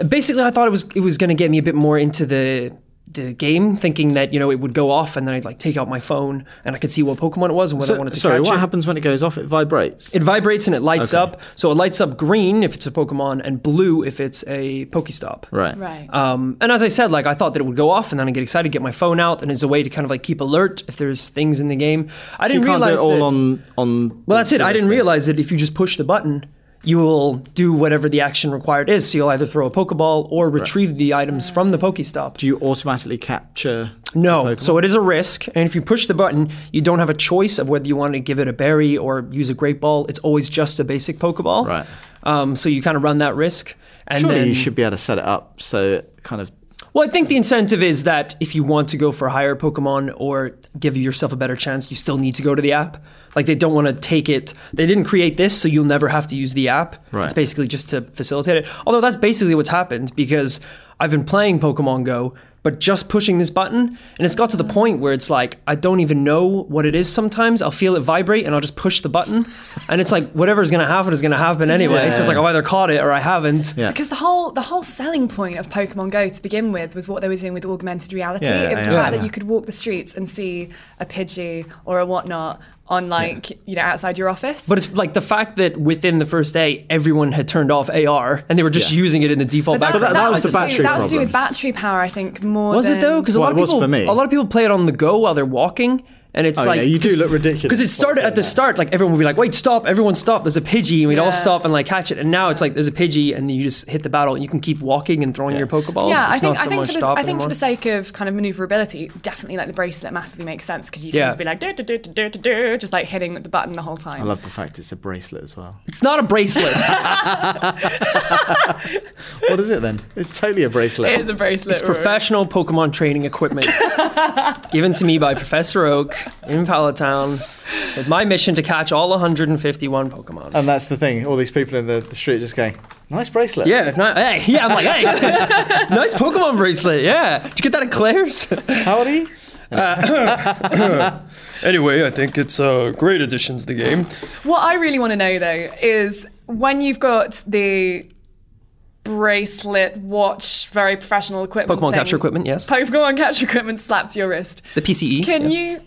Speaker 2: basically, I thought it was it was going to get me a bit more into the the game, thinking that you know it would go off, and then I'd like take out my phone and I could see what Pokemon it was and what I wanted to
Speaker 1: sorry,
Speaker 2: catch.
Speaker 1: what
Speaker 2: it.
Speaker 1: happens when it goes off? It vibrates.
Speaker 2: It vibrates and it lights up. So it lights up green if it's a Pokemon and blue if it's a Pokestop.
Speaker 1: right.
Speaker 3: Right.
Speaker 2: Um, and as I said, like I thought that it would go off, and then I get excited, get my phone out, and it's a way to kind of like keep alert if there's things in the game. I
Speaker 1: So you
Speaker 2: didn't
Speaker 1: can't do
Speaker 2: realize
Speaker 1: it all
Speaker 2: that,
Speaker 1: on on.
Speaker 2: Well, that's it. I didn't realize that if you just push the button, you will do whatever the action required is. So you'll either throw a Pokeball or retrieve the items from the Pokestop.
Speaker 1: Do you automatically capture?
Speaker 2: No, so it is a risk, and if you push the button, you don't have a choice of whether you want to give it a berry or use a great ball. It's always just a basic Pokeball.
Speaker 1: Right.
Speaker 2: Um, so you kind of run that risk, and
Speaker 1: Surely
Speaker 2: then
Speaker 1: you should be able to set it up so it kind of. oh,
Speaker 2: well, I think the incentive is that if you want to go for higher Pokemon or give yourself a better chance, you still need to go to the app. Like they don't want to take it. They didn't create this, so you'll never have to use the app.
Speaker 1: Right.
Speaker 2: It's basically just to facilitate it. Although that's basically what's happened because I've been playing Pokemon Go, but just pushing this button, and it's got to the point where it's like I don't even know what it is. Sometimes I'll feel it vibrate, and I'll just push the button, and it's like whatever's gonna happen is gonna happen anyway. So it's like I've either caught it or I haven't.
Speaker 1: Yeah.
Speaker 3: Because the whole the whole selling point of Pokemon Go to begin with was what they were doing with augmented reality.
Speaker 1: Yeah, yeah,
Speaker 3: it was the
Speaker 1: yeah,
Speaker 3: fact
Speaker 1: yeah.
Speaker 3: that you could walk the streets and see a Pidgey or a whatnot on like you know outside your office.
Speaker 2: But it's like the fact that within the first day, everyone had turned off AR and they were just
Speaker 1: Yeah.
Speaker 2: using it in the default
Speaker 3: But
Speaker 2: background.
Speaker 1: that- that was the
Speaker 3: to do-
Speaker 1: battery
Speaker 3: That was to do
Speaker 1: problem.
Speaker 3: with battery power, I think. More
Speaker 2: was it though?
Speaker 3: than-
Speaker 2: Because a
Speaker 1: Well,
Speaker 2: lot of
Speaker 1: it was
Speaker 2: people,
Speaker 1: for me.
Speaker 2: a lot of people play it on the go while they're walking, and it's
Speaker 1: Oh,
Speaker 2: like
Speaker 1: yeah, you do look ridiculous.
Speaker 2: Because it started at the start, like everyone would be like, "Wait, stop! Everyone stop! There's a Pidgey!" and we'd all
Speaker 3: Yeah.
Speaker 2: stop and like catch it. And now it's like there's a Pidgey, and you just hit the battle, and you can keep walking and throwing your Pokeballs.
Speaker 3: yeah, I
Speaker 2: it's
Speaker 3: think
Speaker 2: not so
Speaker 3: I think
Speaker 2: much
Speaker 3: for the,
Speaker 2: stop
Speaker 3: I think
Speaker 2: anymore.
Speaker 3: for the sake of kind of maneuverability, definitely like the bracelet massively makes sense because you can
Speaker 2: Yeah.
Speaker 3: just be like do do do do do do, just like hitting the button the whole time.
Speaker 1: I love the fact it's a bracelet as well.
Speaker 2: it's not a bracelet.
Speaker 1: what is it then? It's totally a bracelet.
Speaker 3: it is a bracelet.
Speaker 2: it's
Speaker 3: Rory.
Speaker 2: professional Pokemon training equipment given to me by Professor Oak in Palatown with my mission to catch all 151 Pokemon.
Speaker 1: and that's the thing. All these people in the, the street just going, "Nice bracelet."
Speaker 2: Yeah, no, hey, yeah, I'm like, hey, nice Pokemon bracelet. Yeah, did you get that at Claire's?
Speaker 1: How old are you?
Speaker 2: anyway, I think it's a great addition to the game.
Speaker 3: What I really want to know though is when you've got the bracelet, watch, very professional equipment,
Speaker 2: Pokemon
Speaker 3: thing-
Speaker 2: capture equipment, yes.
Speaker 3: Pokemon capture equipment slapped to your wrist.
Speaker 2: The PCE.
Speaker 3: Can
Speaker 2: yeah.
Speaker 3: you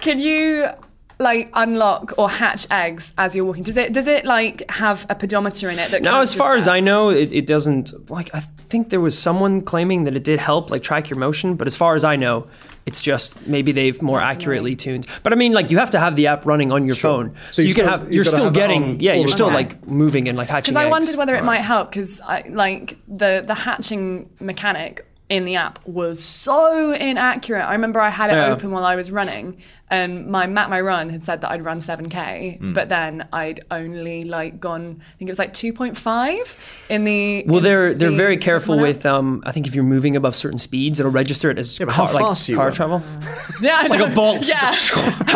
Speaker 3: Can you like unlock or hatch eggs as you're walking? Does it does it like have a pedometer in it that
Speaker 2: Now,
Speaker 3: counts
Speaker 2: as
Speaker 3: your
Speaker 2: far as I
Speaker 3: steps?
Speaker 2: know, it, it doesn't. Like, I think there was someone claiming that it did help, like, track your motion. But as far as I know, it's just maybe they've more accurately tuned. But I mean, like, you have to have the app running on your phone, so,
Speaker 1: you
Speaker 2: you can
Speaker 1: still-
Speaker 2: have.
Speaker 1: you've
Speaker 2: You're
Speaker 1: gotta
Speaker 2: still
Speaker 1: have that
Speaker 2: getting.
Speaker 1: on
Speaker 2: yeah,
Speaker 1: all
Speaker 2: you're
Speaker 1: the
Speaker 2: still
Speaker 1: time.
Speaker 2: like moving and like hatching.
Speaker 3: Because I
Speaker 2: eggs.
Speaker 3: wondered whether it might help because like the the hatching mechanic in the app was so inaccurate. I remember I had it
Speaker 2: Yeah.
Speaker 3: open while I was running, and my map my run had said that I'd run seven k, but then I'd only like gone. I think it was like two point five in the.
Speaker 2: Well,
Speaker 3: in
Speaker 2: they're they're
Speaker 3: the
Speaker 2: very careful
Speaker 3: Pokemon app.
Speaker 2: with. Um, I think if you're moving above certain speeds, it'll register it as
Speaker 1: but
Speaker 2: car,
Speaker 1: how
Speaker 2: like,
Speaker 1: fast you
Speaker 2: car
Speaker 1: were.
Speaker 2: travel.
Speaker 3: yeah, I
Speaker 2: like a
Speaker 3: know.
Speaker 2: bolt.
Speaker 3: Yeah,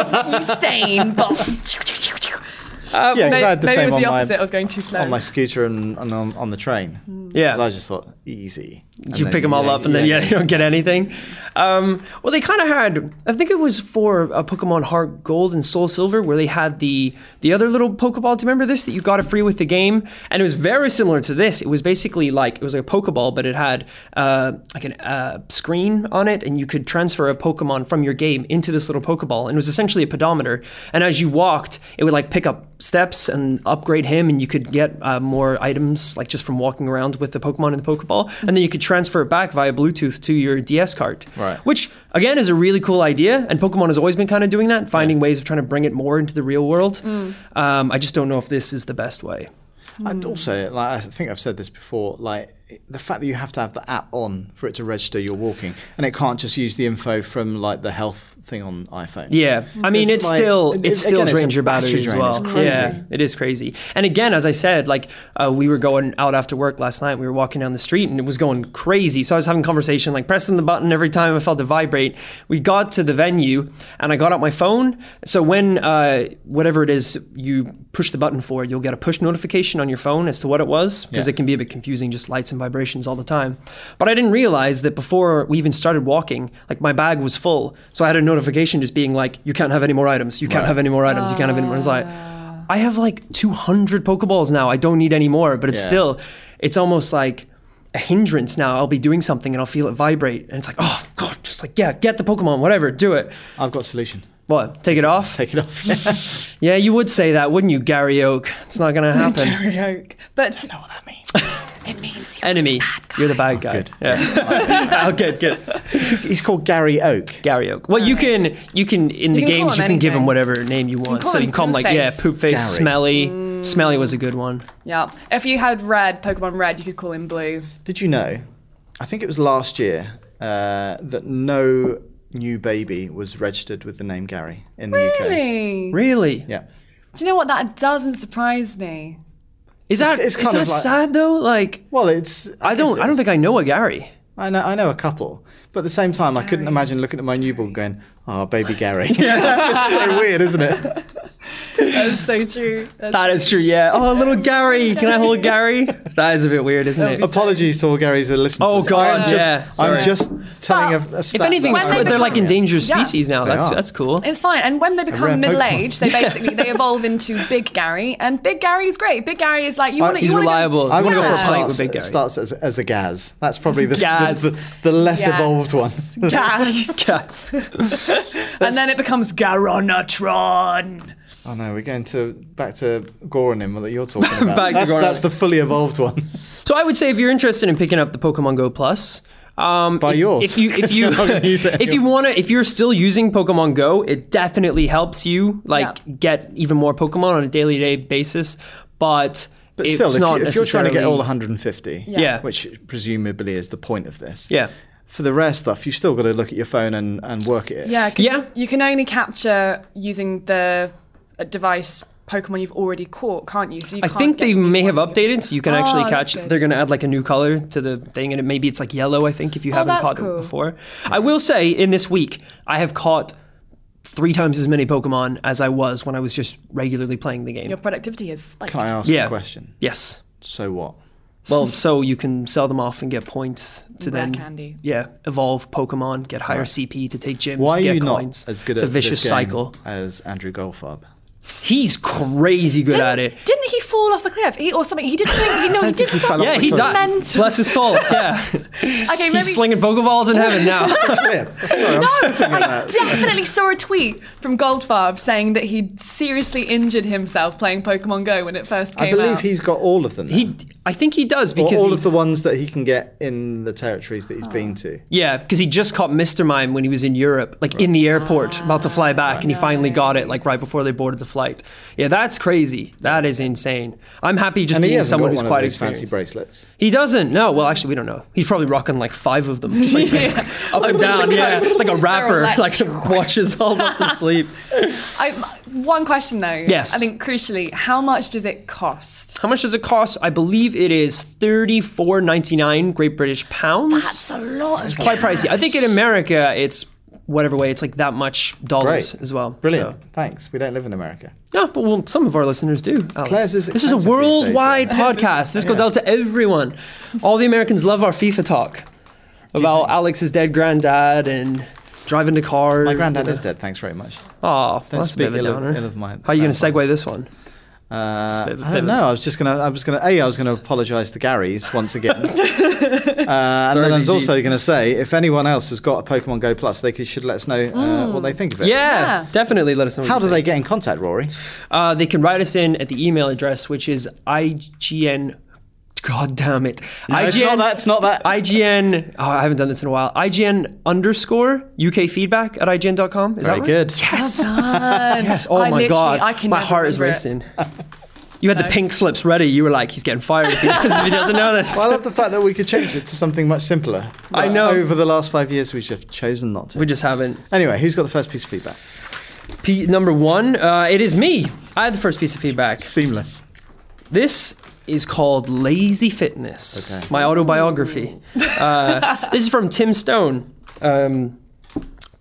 Speaker 3: Usain Bolt. Um,
Speaker 1: Yeah, 'cause
Speaker 3: may-
Speaker 1: I had the
Speaker 3: maybe
Speaker 1: same
Speaker 3: it was
Speaker 1: on
Speaker 3: the
Speaker 1: my-
Speaker 3: opposite. I was going too slow.
Speaker 1: on my scooter and, and on, on the train.
Speaker 2: Yeah.
Speaker 1: 'Cause I just thought easy. And
Speaker 2: you
Speaker 1: then
Speaker 2: pick them all
Speaker 1: yeah,
Speaker 2: up and then yeah, you don't get anything. Um, well, they kind of had. I think it was for uh, Pokemon Heart Gold and Soul Silver where they had the the other little Pokeball. Do you remember this that you got it free with the game? And it was very similar to this. It was basically like it was like a Pokeball, but it had uh, like an uh, screen on it, and you could transfer a Pokemon from your game into this little Pokeball, and it was essentially a pedometer. And as you walked, it would like pick up steps and upgrade him, and you could get uh, more items like just from walking around with the Pokemon in the Pokeball, and then you could transfer it back via Bluetooth to your DS card.
Speaker 1: Right.
Speaker 2: Which again is a really cool idea, and Pokemon has always been kind of doing that, finding ways of trying to bring it more into the real world. Um, I just don't know if this is the best way.
Speaker 1: And also, like I think I've said this before, like it- the fact that you have to have the app on for it to register you're walking, and it can't just use the info from like the health thing on iPhone.
Speaker 2: Yeah, I mean,
Speaker 1: Because,
Speaker 2: it's
Speaker 1: like,
Speaker 2: still
Speaker 1: it-
Speaker 2: it still
Speaker 1: again, it's a
Speaker 2: drains your battery,
Speaker 1: battery
Speaker 2: as
Speaker 1: drain.
Speaker 2: well.
Speaker 1: It's crazy.
Speaker 2: Yeah, it is crazy. And again, as I said, like uh, we were going out after work last night. We were walking down the street, and it was going crazy. So I was having conversation, like pressing the button every time I felt it vibrate. We got to the venue, and I got out my phone. So when uh, whatever it is you push the button for, you'll get a push notification on your phone as to what it was, because
Speaker 1: Yeah.
Speaker 2: it can be a bit confusing, just lights and vibrations all the time. But I didn't realize that before we even started walking, like my bag was full. So I had a notification just being like, you can't have any more items. You can't have any more items. You can't have any more. It's like, I have like 200 Pokeballs now. I don't need any more. But it's
Speaker 1: Yeah.
Speaker 2: still, it's almost like a hindrance now. I'll be doing something and I'll feel it vibrate. And it's like, oh, God, just like, yeah, get the Pokemon, whatever, do it.
Speaker 1: I've got a solution.
Speaker 2: What? Take it off?
Speaker 1: Take it off. Yeah.
Speaker 2: yeah, you would say that, wouldn't you, Gary Oak? It's not going to happen.
Speaker 3: Very oak. But
Speaker 1: what that means?
Speaker 3: it means you're
Speaker 2: Enemy, you're the bad guy.
Speaker 1: Oh, good.
Speaker 2: Yeah. oh, good, good.
Speaker 1: He's called Gary Oak.
Speaker 2: Gary Oak. Well, you can you can in the
Speaker 3: can call
Speaker 2: games you
Speaker 3: him
Speaker 2: can give him
Speaker 3: anything.
Speaker 2: whatever name you want.
Speaker 3: call
Speaker 2: so you
Speaker 3: him Mm.
Speaker 2: can call him like
Speaker 3: Poop
Speaker 2: yeah,
Speaker 3: Face.
Speaker 2: poop face,
Speaker 1: Gary.
Speaker 2: smelly. Smelly was a good one.
Speaker 3: Yeah. If you had red, Pokemon red, you could call him blue.
Speaker 1: Did you know? I think it was last year uh, that no new baby was registered with the name Gary in the UK.
Speaker 3: Really?
Speaker 2: Really?
Speaker 1: Yeah.
Speaker 3: Do you know what? That doesn't surprise me.
Speaker 2: Is that
Speaker 1: it's
Speaker 2: is
Speaker 1: kind
Speaker 2: that
Speaker 1: of like-
Speaker 2: sad though? Like
Speaker 1: Well, it's.
Speaker 2: I don't I don't think I know a Gary.
Speaker 1: I know. I know a couple, but at the same time, I couldn't imagine looking at my newborn going, "Oh, baby Gary." That's just so weird, isn't it?
Speaker 3: That's so true. That's
Speaker 2: That is true. Yeah. Oh, little Gary. Can I hold Gary? That is a bit weird, isn't it?
Speaker 1: Apologies to all Garys that listen.
Speaker 2: Oh,
Speaker 1: to this. I am
Speaker 2: God,
Speaker 1: just,
Speaker 2: yeah,
Speaker 1: I'm
Speaker 2: sorry.
Speaker 1: just telling a, a
Speaker 2: If
Speaker 1: stat
Speaker 2: anything,
Speaker 1: that
Speaker 2: it's
Speaker 1: I
Speaker 3: When
Speaker 2: good.
Speaker 3: they
Speaker 2: They're like
Speaker 3: become-
Speaker 2: endangered
Speaker 3: Yeah.
Speaker 2: species now.
Speaker 1: They
Speaker 2: That's
Speaker 1: are.
Speaker 2: that's cool.
Speaker 3: It's fine. And when they
Speaker 1: rare
Speaker 3: become middle
Speaker 1: Pokemon.
Speaker 3: aged, they basically they evolve into Big Gary. And Big Gary is great. Big Gary is like you want to.
Speaker 2: He's reliable.
Speaker 1: I
Speaker 2: You
Speaker 1: would
Speaker 2: wanna
Speaker 1: go
Speaker 2: go
Speaker 1: for
Speaker 2: for a
Speaker 1: starts,
Speaker 2: fight with Big Gary.
Speaker 1: starts as, as a Gaz. That's probably the,
Speaker 2: Gaz.
Speaker 1: the, the less
Speaker 3: Yes.
Speaker 1: evolved one.
Speaker 3: Gas.
Speaker 2: Cats.
Speaker 3: and then it becomes Garonatron.
Speaker 1: Oh no, we're going to back to Goronim that you're talking about.
Speaker 2: Back to
Speaker 1: that's,
Speaker 2: Goronim.
Speaker 1: that's the fully evolved one.
Speaker 2: So I would say if you're interested in picking up the Pokemon Go Plus, um,
Speaker 1: Buy
Speaker 2: if,
Speaker 1: yours,
Speaker 2: If you
Speaker 1: 'cause
Speaker 2: if
Speaker 1: you're
Speaker 2: you
Speaker 1: not gonna use it
Speaker 2: if you want to if you're still using Pokemon Go, it definitely helps you like
Speaker 3: Yeah.
Speaker 2: get even more Pokemon on a daily day basis. But
Speaker 1: But
Speaker 2: it's
Speaker 1: still, if,
Speaker 2: not
Speaker 1: you, if you're trying to get all
Speaker 2: necessarily-
Speaker 1: 150,
Speaker 2: Yeah.
Speaker 1: which presumably is the point of this,
Speaker 2: Yeah.
Speaker 1: For the rare stuff, you've still got to look at your phone and, and work at it.
Speaker 3: Yeah. 'cause
Speaker 2: Yeah.
Speaker 3: You can only capture using the uh, device Pokemon you've already caught, can't you? So you
Speaker 2: I
Speaker 3: can't
Speaker 2: think
Speaker 3: get
Speaker 2: they
Speaker 3: a new
Speaker 2: may
Speaker 3: one
Speaker 2: have
Speaker 3: if you-
Speaker 2: updated, so you can actually
Speaker 3: Oh,
Speaker 2: catch.
Speaker 3: that's good.
Speaker 2: They're going to add like a new color to the thing, and it maybe it's like yellow. I think if you haven't
Speaker 3: Oh, that's
Speaker 2: caught
Speaker 3: cool.
Speaker 2: them before. I will say in this week, I have caught three times as many Pokemon as I was when I was just regularly playing the game.
Speaker 3: Your productivity is spiked.
Speaker 1: Can I ask
Speaker 2: Yeah.
Speaker 1: a question?
Speaker 2: Yes.
Speaker 1: So what?
Speaker 2: Well, so you can sell them off and get points to
Speaker 3: Rare
Speaker 2: then
Speaker 3: candy.
Speaker 2: yeah evolve Pokemon, get higher CP to take gyms,
Speaker 1: Why are
Speaker 2: get
Speaker 1: you
Speaker 2: coins.
Speaker 1: not as good
Speaker 2: it's
Speaker 1: at
Speaker 2: a vicious
Speaker 1: this game
Speaker 2: cycle.
Speaker 1: as Andrew Goldfarb?
Speaker 2: He's crazy good at it.
Speaker 3: Didn't he fall off a cliff? He or something? He did something. He, no, he
Speaker 1: think
Speaker 3: did
Speaker 1: he fell
Speaker 3: something.
Speaker 1: off
Speaker 2: Yeah, he
Speaker 1: He's
Speaker 2: died.
Speaker 3: Mental.
Speaker 2: Bless his soul. Yeah,
Speaker 3: Okay, maybe.
Speaker 2: he's slinging pokeballs in heaven now.
Speaker 3: no, I definitely saw a tweet from Goldfarb saying that he seriously injured himself playing Pokemon Go when it first came
Speaker 1: I believe
Speaker 3: out.
Speaker 1: he's got all of them. now.
Speaker 2: he, I think he does
Speaker 1: or
Speaker 2: because
Speaker 1: all
Speaker 2: he- Oh.
Speaker 1: of the ones that he can get in the territories that he's been to.
Speaker 2: Yeah, because he just caught Mr. Mime when he was in Europe, like in the airport, about to fly back, and he finally got it, like right before they boarded the flight. Yeah, that's crazy. That is insane. I'm happy just
Speaker 1: And he
Speaker 2: being
Speaker 1: has
Speaker 2: someone
Speaker 1: got
Speaker 2: who's
Speaker 1: one
Speaker 2: quite
Speaker 1: of those
Speaker 2: experienced.
Speaker 1: fancy bracelets.
Speaker 2: He doesn't. No. Well, actually, we don't know. He's probably rocking like five of them, just like up and down. Yeah, like a rapper, like watches all of them sleep.
Speaker 3: I, one question though.
Speaker 2: Yes.
Speaker 3: I think crucially, how much does it cost?
Speaker 2: How much does it cost? I believe it is thirty four ninety nine Great British pounds.
Speaker 3: That's a lot. Of
Speaker 2: quite pricey. I think in America, it's whatever way, it's like that much dollars
Speaker 1: Great.
Speaker 2: as well.
Speaker 1: Brilliant.
Speaker 2: So-
Speaker 1: Thanks. We don't live in America.
Speaker 2: Yeah, but well, some of our listeners do. Alex.
Speaker 1: Claire's is
Speaker 2: this is a
Speaker 1: expensive these days,
Speaker 2: worldwide podcast. This goes out to everyone. All the Americans love our FIFA talk about Alex's dead granddad and driving the car.
Speaker 1: My granddad is dead. Thanks very much.
Speaker 2: Oh,
Speaker 1: Don't
Speaker 2: that's a bit of a
Speaker 1: speak ill of-
Speaker 2: downer.
Speaker 1: ill of my
Speaker 2: How are you going to
Speaker 1: grandfather.
Speaker 2: segue this one?
Speaker 1: Uh,
Speaker 2: bit of a-
Speaker 1: I
Speaker 2: bit of
Speaker 1: don't
Speaker 2: a-
Speaker 1: know. I was just gonna. I was gonna. A. I was gonna apologise to Gary's once again. uh, and then I was
Speaker 2: BG.
Speaker 1: also gonna say, if anyone else has got a Pokemon Go Plus, they could, should let us know uh, what they think of it.
Speaker 2: Mm. Yeah,
Speaker 3: Yeah.
Speaker 2: definitely let us know. what
Speaker 1: How
Speaker 2: you
Speaker 1: do
Speaker 2: think.
Speaker 1: they get in contact, Rory?
Speaker 2: Uh, they can write us in at the email address, which is IGN. God damn it. IGN,
Speaker 1: it's not that, it's not that.
Speaker 2: IGN. Oh, I haven't done this in a while. IGN underscore UK feedback at IGN.com. Is
Speaker 1: Very
Speaker 2: that right?
Speaker 1: good.
Speaker 2: Yes. yes. Oh
Speaker 3: I
Speaker 2: my
Speaker 3: literally-
Speaker 2: God.
Speaker 3: I can
Speaker 2: my
Speaker 3: never
Speaker 2: heart is
Speaker 3: remember it.
Speaker 2: racing. You had the pink slips ready. You were like, he's getting fired if he doesn't, if he doesn't know this.
Speaker 1: Well, I love the fact that we could change it to something much simpler.
Speaker 2: I
Speaker 1: But
Speaker 2: know.
Speaker 1: Over the last five years, we've just chosen not to.
Speaker 2: we just haven't.
Speaker 1: Anyway, who's got the first piece of feedback?
Speaker 2: P- number one, uh, it is me. I had the first piece of feedback.
Speaker 1: Seamless.
Speaker 2: This is called Lazy Fitness,
Speaker 1: Okay.
Speaker 2: my autobiography. Uh, this is from Tim Stone. Um,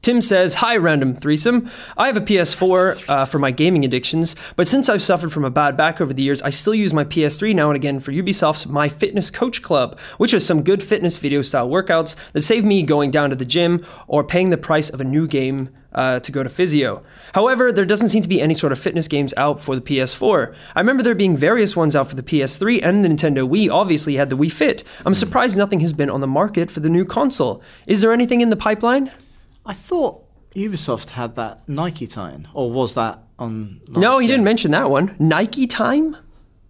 Speaker 2: Tim says, Hi, random threesome. I have a PS4 uh, for my gaming addictions, but since I've suffered from a bad back over the years, I still use my PS3 now and again for Ubisoft's My Fitness Coach Club, which has some good fitness video style workouts that save me going down to the gym or paying the price of a new game uh, to go to physio. However, there doesn't seem to be any sort of fitness games out for the PS4. I remember there being various ones out for the PS3 and the Nintendo Wii, obviously had the Wii Fit. I'm surprised nothing has been on the market for the new console. Is there anything in the pipeline?
Speaker 1: I thought Ubisoft had that Nike tie-in, or was that on? last
Speaker 2: No, he
Speaker 1: year?
Speaker 2: didn't mention that one. Nike time?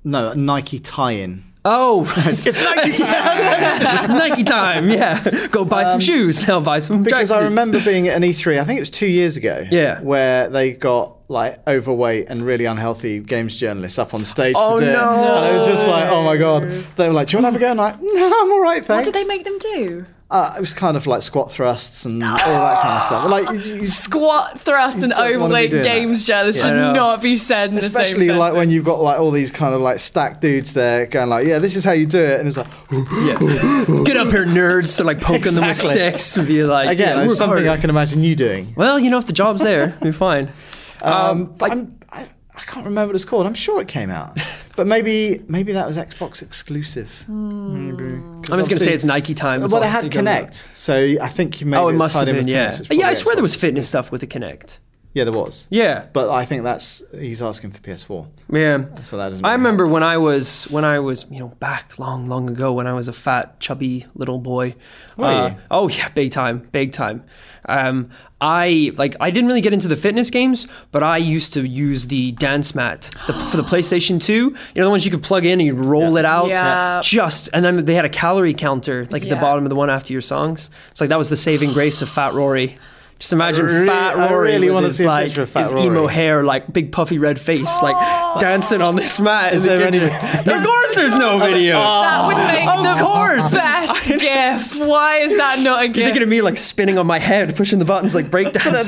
Speaker 1: No, Nike tie-in.
Speaker 2: Oh,
Speaker 1: It's Nike tie-in.
Speaker 2: Nike time. Yeah. Go buy some shoes. Now buy some
Speaker 1: Um, because I
Speaker 2: tracksuits.
Speaker 1: remember being at an E3. I think it was two years ago.
Speaker 2: Yeah.
Speaker 1: where they got like overweight and really unhealthy games journalists up on stage
Speaker 2: Oh,
Speaker 1: to do
Speaker 2: no.
Speaker 1: it, and I was just like, oh my god. They were like, do you want to have a go? And I'm like, no, I'm all right, thanks.
Speaker 3: What did they make them do?
Speaker 1: Uh, it was kind of like squat thrusts and all that kind of stuff. Like, you, you-
Speaker 3: Squat, thrust, and
Speaker 1: don't wanna be
Speaker 3: overweight
Speaker 1: doing that.
Speaker 3: games jealous
Speaker 2: I
Speaker 3: should
Speaker 2: know.
Speaker 3: not be said in
Speaker 1: especially
Speaker 3: the same
Speaker 1: like
Speaker 3: sentence.
Speaker 1: when you've got like all these kind of like stacked dudes there going like, yeah, this is how you do it, and it's like.
Speaker 2: Get up here, nerds. They're like poking them with
Speaker 1: Exactly.
Speaker 2: sticks and be like,
Speaker 1: Again,
Speaker 2: yeah,
Speaker 1: it's
Speaker 2: work
Speaker 1: something
Speaker 2: harder.
Speaker 1: I can imagine you doing.
Speaker 2: Well, you know, if the job's there, you're fine.
Speaker 1: Um, but I'm, I, I can't remember what it's called. I'm sure it came out, but maybe maybe that was Xbox exclusive. Maybe.
Speaker 2: I'm just going to say it's Nike time. That's
Speaker 1: Well, they
Speaker 2: all
Speaker 1: had
Speaker 2: you can-
Speaker 1: Connect, so I think you maybe
Speaker 2: Oh, it
Speaker 1: was
Speaker 2: must
Speaker 1: tied
Speaker 2: have
Speaker 1: in
Speaker 2: been,
Speaker 1: with
Speaker 2: yeah.
Speaker 1: Kinect, so it's
Speaker 2: Yeah, I
Speaker 1: probably
Speaker 2: swear there was
Speaker 1: Xbox.
Speaker 2: fitness stuff with the Connect.
Speaker 1: Yeah, there was.
Speaker 2: Yeah.
Speaker 1: but I think that's he's asking for PS4.
Speaker 2: Yeah.
Speaker 1: So that doesn't
Speaker 2: I
Speaker 1: really
Speaker 2: remember when I was when I was you know back long long ago when I was a fat chubby little boy.
Speaker 1: you?
Speaker 2: oh yeah, big time, big time. Um, I like I didn't really get into the fitness games, but I used to use the dance mat the, for the PlayStation Two. You know the ones you could plug in and you roll it out.
Speaker 3: Yeah.
Speaker 2: Just and then they had a calorie counter like at the
Speaker 3: Yeah.
Speaker 2: bottom of the one after your songs. It's like that was the saving grace of Fat Rory. Just imagine
Speaker 1: re-
Speaker 2: Fat
Speaker 1: I
Speaker 2: Rory
Speaker 1: really
Speaker 2: with
Speaker 1: wanna
Speaker 2: his,
Speaker 1: see a
Speaker 2: like,
Speaker 1: picture of Fat
Speaker 2: his emo
Speaker 1: Rory.
Speaker 2: hair, like big puffy red face, like dancing on this mat. Is
Speaker 1: there any-
Speaker 2: of course, there's no video.
Speaker 3: that would make the
Speaker 2: Oh, course.
Speaker 3: best gif. Why is that not a
Speaker 2: You're
Speaker 3: gif?
Speaker 2: thinking of me like spinning on my head, pushing the buttons like breakdancing.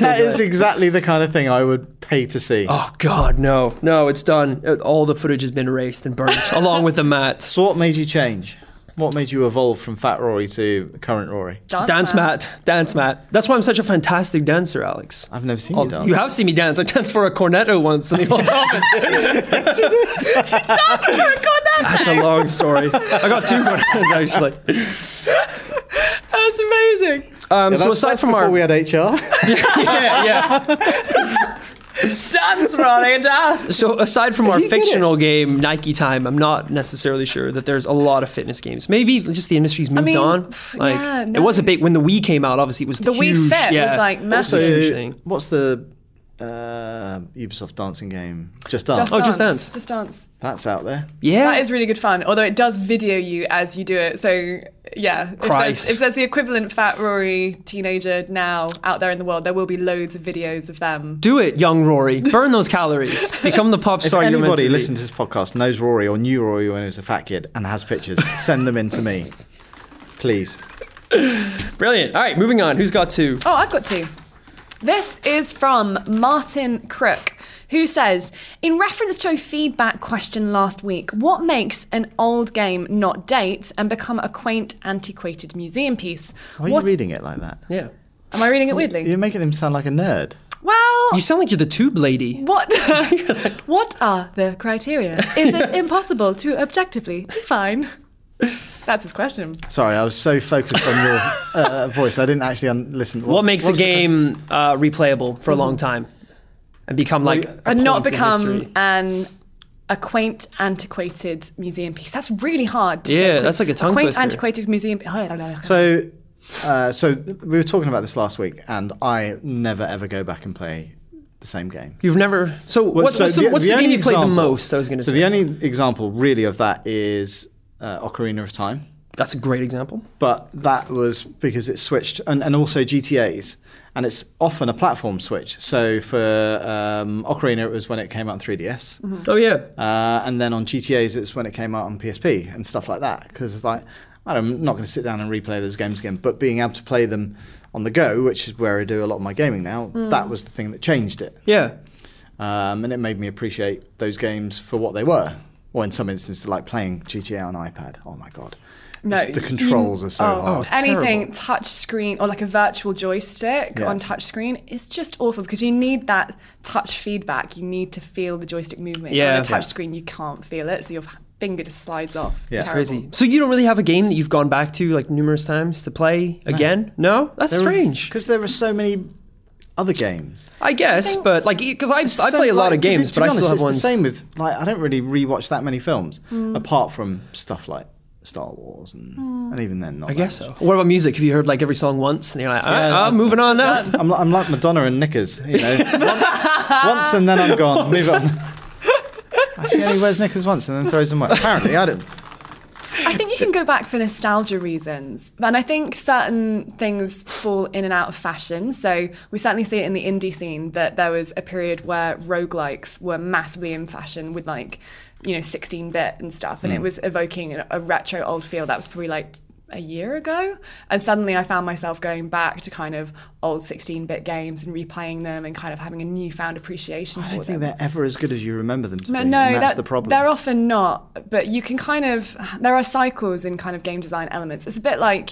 Speaker 1: that is exactly the kind of thing I would pay to see.
Speaker 2: Oh God, no, no! It's done. Uh, All the footage has been erased and burned, along with the mat,
Speaker 1: So what made you change? What made you evolve from Fat Rory to current Rory?
Speaker 2: dance mat, dance mat. That's why I'm such a fantastic dancer, Alex.
Speaker 1: I've never seen
Speaker 2: All-
Speaker 1: you dance.
Speaker 2: Oh, You have seen me dance. I danced for a cornetto once in the old office.
Speaker 3: Oh
Speaker 2: That's a long story. I got two cornettos actually. Ah.
Speaker 3: That's amazing.
Speaker 2: Um,
Speaker 1: Yeah, that's-
Speaker 2: so aside
Speaker 1: that's
Speaker 2: from
Speaker 1: before
Speaker 2: our
Speaker 1: we had HR.
Speaker 2: yeah, yeah.
Speaker 3: dance, Ronnie, dance.
Speaker 2: So aside from our
Speaker 1: You did it.
Speaker 2: fictional game Nike Time, I'm not necessarily sure that there's a lot of fitness games. Maybe just the industry's moved
Speaker 3: mean,
Speaker 2: on.
Speaker 3: pff,
Speaker 2: Like
Speaker 3: yeah,
Speaker 2: it was a
Speaker 3: no.
Speaker 2: big when the Wii came out. Obviously, it was
Speaker 3: The Wii
Speaker 2: huge,
Speaker 3: Fit was,
Speaker 2: yeah,
Speaker 3: like,
Speaker 2: It was a
Speaker 3: massive.
Speaker 2: huge
Speaker 1: So,
Speaker 2: thing.
Speaker 1: what's the uh, Ubisoft dancing game? Just Dance.
Speaker 3: Just
Speaker 2: Oh,
Speaker 3: dance.
Speaker 2: Just Dance.
Speaker 3: Just dance.
Speaker 1: That's out there.
Speaker 2: Yeah,
Speaker 3: That is really good fun, although it does video you as you do it. So, yeah. If
Speaker 2: Christ.
Speaker 3: there's, if there's the equivalent fat Rory teenager now out there in the world, there will be loads of videos of them.
Speaker 2: do it, young Rory. Burn those calories. Become the pop
Speaker 1: If
Speaker 2: star you're meant to
Speaker 1: anybody
Speaker 2: be.
Speaker 1: listening to this podcast knows Rory or knew Rory when he was a fat kid and has pictures, send them in to me, please.
Speaker 2: Brilliant. All right, moving on. Who's got two?
Speaker 3: Oh, I've got two. This is from Martin Crook, who says In reference to a feedback question last week, what makes an old game not date and become a quaint, antiquated museum piece?
Speaker 1: Why are you
Speaker 3: What-
Speaker 1: reading it like that?
Speaker 2: Yeah.
Speaker 3: Am I reading it weirdly?
Speaker 1: You're making him sound like a nerd.
Speaker 3: Well,
Speaker 2: You sound like you're the tube lady.
Speaker 3: What What are the criteria? Is it impossible to objectively define? That's his question.
Speaker 1: Sorry, I was so focused on your uh, voice, I didn't actually un- listen.
Speaker 2: What makes a
Speaker 1: was the
Speaker 2: game uh, replayable for a long time and become like a
Speaker 3: And not
Speaker 2: point in history?
Speaker 3: become an a quaint, antiquated museum piece. That's really hard. To say
Speaker 2: Yeah,
Speaker 3: quaint-
Speaker 2: that's like a tongue
Speaker 3: quaint,
Speaker 2: twister.
Speaker 3: antiquated museum. Oh, no, no, no.
Speaker 1: So, uh, so we were talking about this last week, and I never ever go back and play the same game.
Speaker 2: You've never. So, what,
Speaker 1: so
Speaker 2: what's the, what's the game
Speaker 1: only
Speaker 2: you played the
Speaker 1: example-
Speaker 2: most? I was going to
Speaker 1: So
Speaker 2: say.
Speaker 1: the only example really of that is uh, Ocarina of Time,
Speaker 2: That's a great example.
Speaker 1: but that was because it switched, and, and also GTA's, and it's often a platform switch. So for um, Ocarina, it was when it came out on 3DS,
Speaker 2: Oh yeah.
Speaker 1: uh, and then on GTA's, it's when it came out on PSP and stuff like that. Because it's like I'm not going to sit down and replay those games again, but being able to play them on the go, which is where I do a lot of my gaming now,
Speaker 2: Mm.
Speaker 1: that was the thing that changed it
Speaker 2: Yeah.
Speaker 1: um, and it made me appreciate those games for what they were. Or in some instances, like playing GTA on iPad. Oh my god,
Speaker 3: No,
Speaker 1: the, the
Speaker 3: you-
Speaker 1: controls are so
Speaker 2: Oh,
Speaker 1: hard.
Speaker 3: Anything touch screen or like a virtual joystick
Speaker 1: Yeah.
Speaker 3: on touch screen is just awful because you need that touch feedback. You need to feel the joystick movement.
Speaker 2: Yeah.
Speaker 3: On a touch
Speaker 2: Yeah.
Speaker 3: screen, you can't feel it, so your finger just slides off.
Speaker 1: Yeah. It's
Speaker 3: Terrible.
Speaker 2: Crazy. So you don't really have a game that you've gone back to like numerous times to play again? No, that's strange.
Speaker 1: because there are so many other games.
Speaker 2: I guess, but like because I, I play a
Speaker 1: Same-
Speaker 2: lot
Speaker 1: like,
Speaker 2: of
Speaker 1: to be-
Speaker 2: games,
Speaker 1: to
Speaker 2: but
Speaker 1: be
Speaker 2: I still
Speaker 1: honest,
Speaker 2: have
Speaker 1: it's
Speaker 2: ones. Mm.
Speaker 1: The same with like I don't really rewatch that many films apart from stuff like Star Wars and, and even then not.
Speaker 2: I guess so. What about music? Have you heard like every song once and you're like, all right, I'm moving on now?
Speaker 1: I'm, li- I'm like Madonna and knickers, you know. once, once and then I'm gone. Move on. She only wears knickers once and then throws them away. Apparently, I don't.
Speaker 3: I think you can go back for nostalgia reasons. And I think certain things fall in and out of fashion. So we certainly see it in the indie scene that there was a period where roguelikes were massively in fashion with like, you know, 16 bit and stuff.
Speaker 1: Hmm.
Speaker 3: And it was evoking a- a retro old feel that was probably like a year ago. And suddenly I found myself going back to kind of old 16 bit games and replaying them and kind of having a newfound appreciation
Speaker 1: I
Speaker 3: for
Speaker 1: don't
Speaker 3: them.
Speaker 1: think they're ever as good as you remember them to
Speaker 3: No,
Speaker 1: be.
Speaker 3: no,
Speaker 1: and that's
Speaker 3: that-
Speaker 1: the problem.
Speaker 3: They're often not, but you can kind of. There are cycles in kind of game design elements. It's a bit like,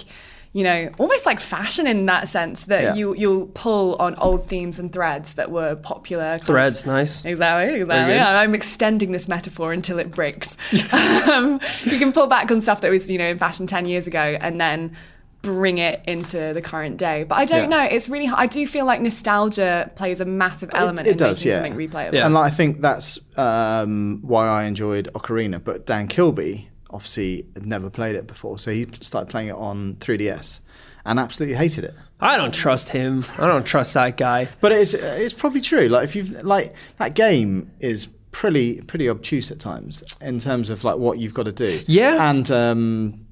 Speaker 3: you know, almost like fashion in that sense that
Speaker 1: Yeah.
Speaker 3: you you'll pull on old themes and threads that were popular. kind of-
Speaker 2: Threads, nice.
Speaker 3: Exactly,
Speaker 2: Very
Speaker 3: exactly.
Speaker 2: good.
Speaker 3: Yeah, I'm extending this metaphor until it breaks. um, you can pull back on stuff that was, you know, in fashion 10 years ago and then bring it into the current day. But I don't
Speaker 1: Yeah.
Speaker 3: know. It's really, I do feel like nostalgia plays a massive element in making something replayable.
Speaker 2: Yeah.
Speaker 1: And like, I think that's um, why I enjoyed Ocarina. But Dan Kilby obviously had never played it before, so he started playing it on 3DS and absolutely hated it.
Speaker 2: I don't trust him. I don't trust that guy.
Speaker 1: But it's it's probably true. Like if you've like that game is pretty pretty obtuse at times in terms of like what you've got to do.
Speaker 2: Yeah.
Speaker 1: And um,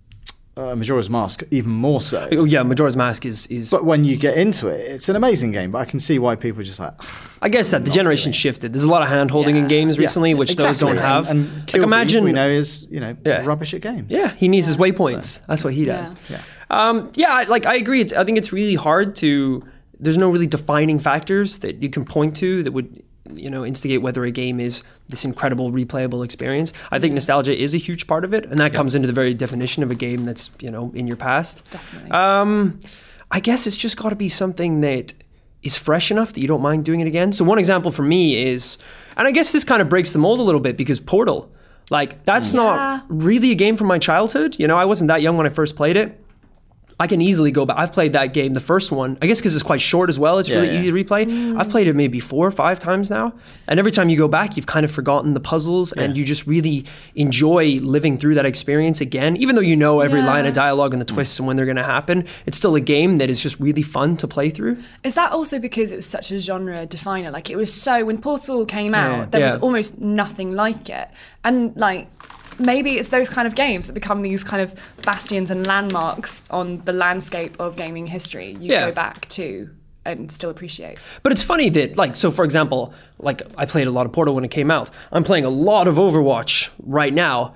Speaker 1: uh, Majora's Mask even more so.
Speaker 2: Oh yeah, Majora's Mask is is.
Speaker 1: But when you get into it, it's an amazing game. But I can see why people are just like. "Ah,
Speaker 2: I guess that the generation shifted. There's a lot of hand holding in
Speaker 3: Yeah.
Speaker 2: games recently,
Speaker 1: Yeah,
Speaker 2: which those
Speaker 1: exactly.
Speaker 2: don't have.
Speaker 1: And, and
Speaker 2: like
Speaker 1: Kilby,
Speaker 2: imagine,
Speaker 1: we know is you know
Speaker 2: Yeah.
Speaker 1: rubbish at games.
Speaker 2: Yeah, he needs his waypoints. That's what he does.
Speaker 1: Yeah.
Speaker 2: Um, yeah, I- like I agree. It's, I think it's really hard to. There's no really defining factors that you can point to that would, you know, instigate whether a game is this incredible replayable experience. I think nostalgia is a huge part of it, and that comes into the very definition of a game that's you know in your past.
Speaker 3: Definitely.
Speaker 2: Um, I guess it's just got to be something that is fresh enough that you don't mind doing it again. So one example for me is, and I guess this kind of breaks the mold a little bit because Portal, like that's not really a game from my childhood. You know, I wasn't that young when I first played it. I can easily go back. I've played that game, the first one, I guess because it's quite short as well. It's really
Speaker 1: yeah.
Speaker 2: easy to replay. I've played it maybe four or five times now. And every time you go back, you've kind of forgotten the puzzles and you just really enjoy living through that experience again. Even though you know every line
Speaker 3: Yeah.
Speaker 2: of dialogue
Speaker 1: Hmm.
Speaker 2: and the twists and when they're going to happen, it's still a game that is just really fun to play through.
Speaker 3: Is that also because it was such a genre definer? Like it was so when Portal came out, there was
Speaker 2: Yeah.
Speaker 3: almost nothing like it, and like maybe it's those kind of games that become these kind of bastions and landmarks on the landscape of gaming history. You
Speaker 2: Yeah.
Speaker 3: go back to and still appreciate.
Speaker 2: But it's funny that, like, so for example, like I played a lot of Portal when it came out. I'm playing a lot of Overwatch right now.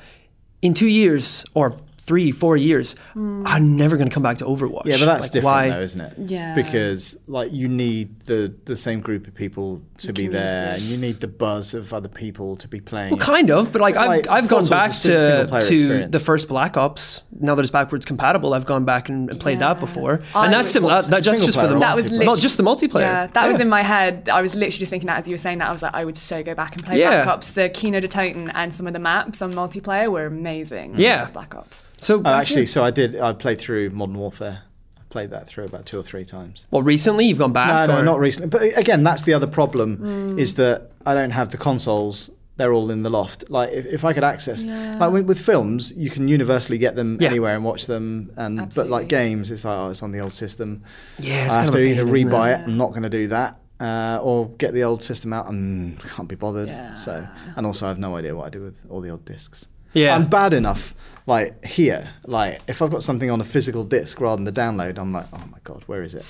Speaker 2: In two years or three, four years,
Speaker 3: Hmm.
Speaker 2: I'm never going to come back to Overwatch.
Speaker 1: Yeah, but that's
Speaker 2: Like,
Speaker 1: different
Speaker 2: why-
Speaker 1: though, isn't it?
Speaker 3: Yeah.
Speaker 1: Because like you need the the same group of people to be there, and you need the buzz of other people to be playing.
Speaker 2: Well, kind of, but like,
Speaker 1: Like,
Speaker 2: I've, I've gone
Speaker 1: Portal's a
Speaker 2: back
Speaker 1: si-
Speaker 2: to
Speaker 1: single-player
Speaker 2: to
Speaker 1: experience.
Speaker 2: the first Black Ops. Now that it's backwards compatible, I've gone back and and played that
Speaker 3: Yeah.
Speaker 2: before,
Speaker 3: I
Speaker 2: and that's
Speaker 3: would-
Speaker 2: similar. That, that's just for the
Speaker 1: Single-player
Speaker 3: That
Speaker 2: multiplayer.
Speaker 3: was literally,
Speaker 2: no, just the multiplayer.
Speaker 3: Yeah, that was in my head. I was literally just thinking that as you were saying that. I was like, I would so go back and play
Speaker 2: Yeah.
Speaker 3: Black Ops. The Kino de Toten and some of the maps on multiplayer were amazing.
Speaker 2: Yeah.
Speaker 3: as Black Ops.
Speaker 2: So
Speaker 1: Oh, actually, so I did. I played through Modern Warfare. I played that through about two or three times.
Speaker 2: well, recently you've gone
Speaker 1: No,
Speaker 2: back.
Speaker 1: no,
Speaker 2: or-
Speaker 1: not recently. But again, that's the other problem is that I don't have the consoles. They're all in the loft. Like if, if I could access, like with, with films, you can universally get them
Speaker 2: Yeah.
Speaker 1: anywhere and watch them. And but like
Speaker 3: Absolutely.
Speaker 1: games, it's like oh, it's on the old system.
Speaker 2: Yeah, it's
Speaker 1: I
Speaker 2: kind
Speaker 1: have
Speaker 2: of
Speaker 1: to
Speaker 2: a
Speaker 1: either
Speaker 2: pain, isn't
Speaker 1: rebuy it. I'm not going to do that. Uh, or get the old system out and can't be bothered. So, and also I have no idea what I do with all the old discs.
Speaker 2: Yeah.
Speaker 1: I'm bad enough. Like here, like if I've got something on a physical disc rather than the download, I'm like, oh my god, where is it?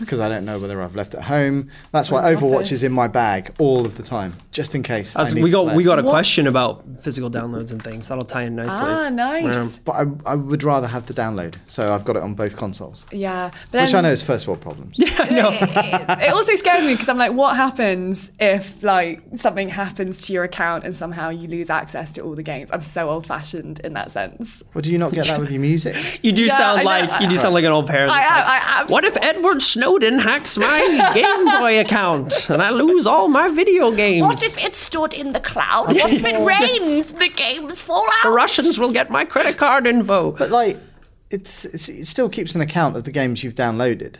Speaker 1: Because I don't know whether I've left it home. That's why Overwatch is in my bag all of the time, just in case. I
Speaker 2: As
Speaker 1: need
Speaker 2: we
Speaker 1: to
Speaker 2: got
Speaker 1: play
Speaker 2: we
Speaker 1: it.
Speaker 2: got a question about physical downloads and things. That'll tie in nicely.
Speaker 3: Ah, nice.
Speaker 1: But I, I would rather have the download, so I've got it on both consoles,
Speaker 3: Yeah, but
Speaker 1: which I
Speaker 3: then-
Speaker 1: know is first world problems.
Speaker 3: it, it also scares me because I'm like, what happens if like something happens to your account and somehow you lose access to all the games? I'm so old fashioned in that sense.
Speaker 1: Well, do you not get that with your music?
Speaker 2: You do
Speaker 3: Yeah,
Speaker 2: sound
Speaker 3: I know.
Speaker 2: like you do sound like an old parent.
Speaker 3: I
Speaker 2: It's
Speaker 3: am-
Speaker 2: like,
Speaker 3: I am-
Speaker 2: What if Edward Snowden hacks my Game Boy account and I lose all my video games?
Speaker 4: What if it's stored in the cloud? What if it rains? The games fall out.
Speaker 2: the Russians will get my credit card info?
Speaker 1: But like, it's, it's it still keeps an account of the games you've downloaded.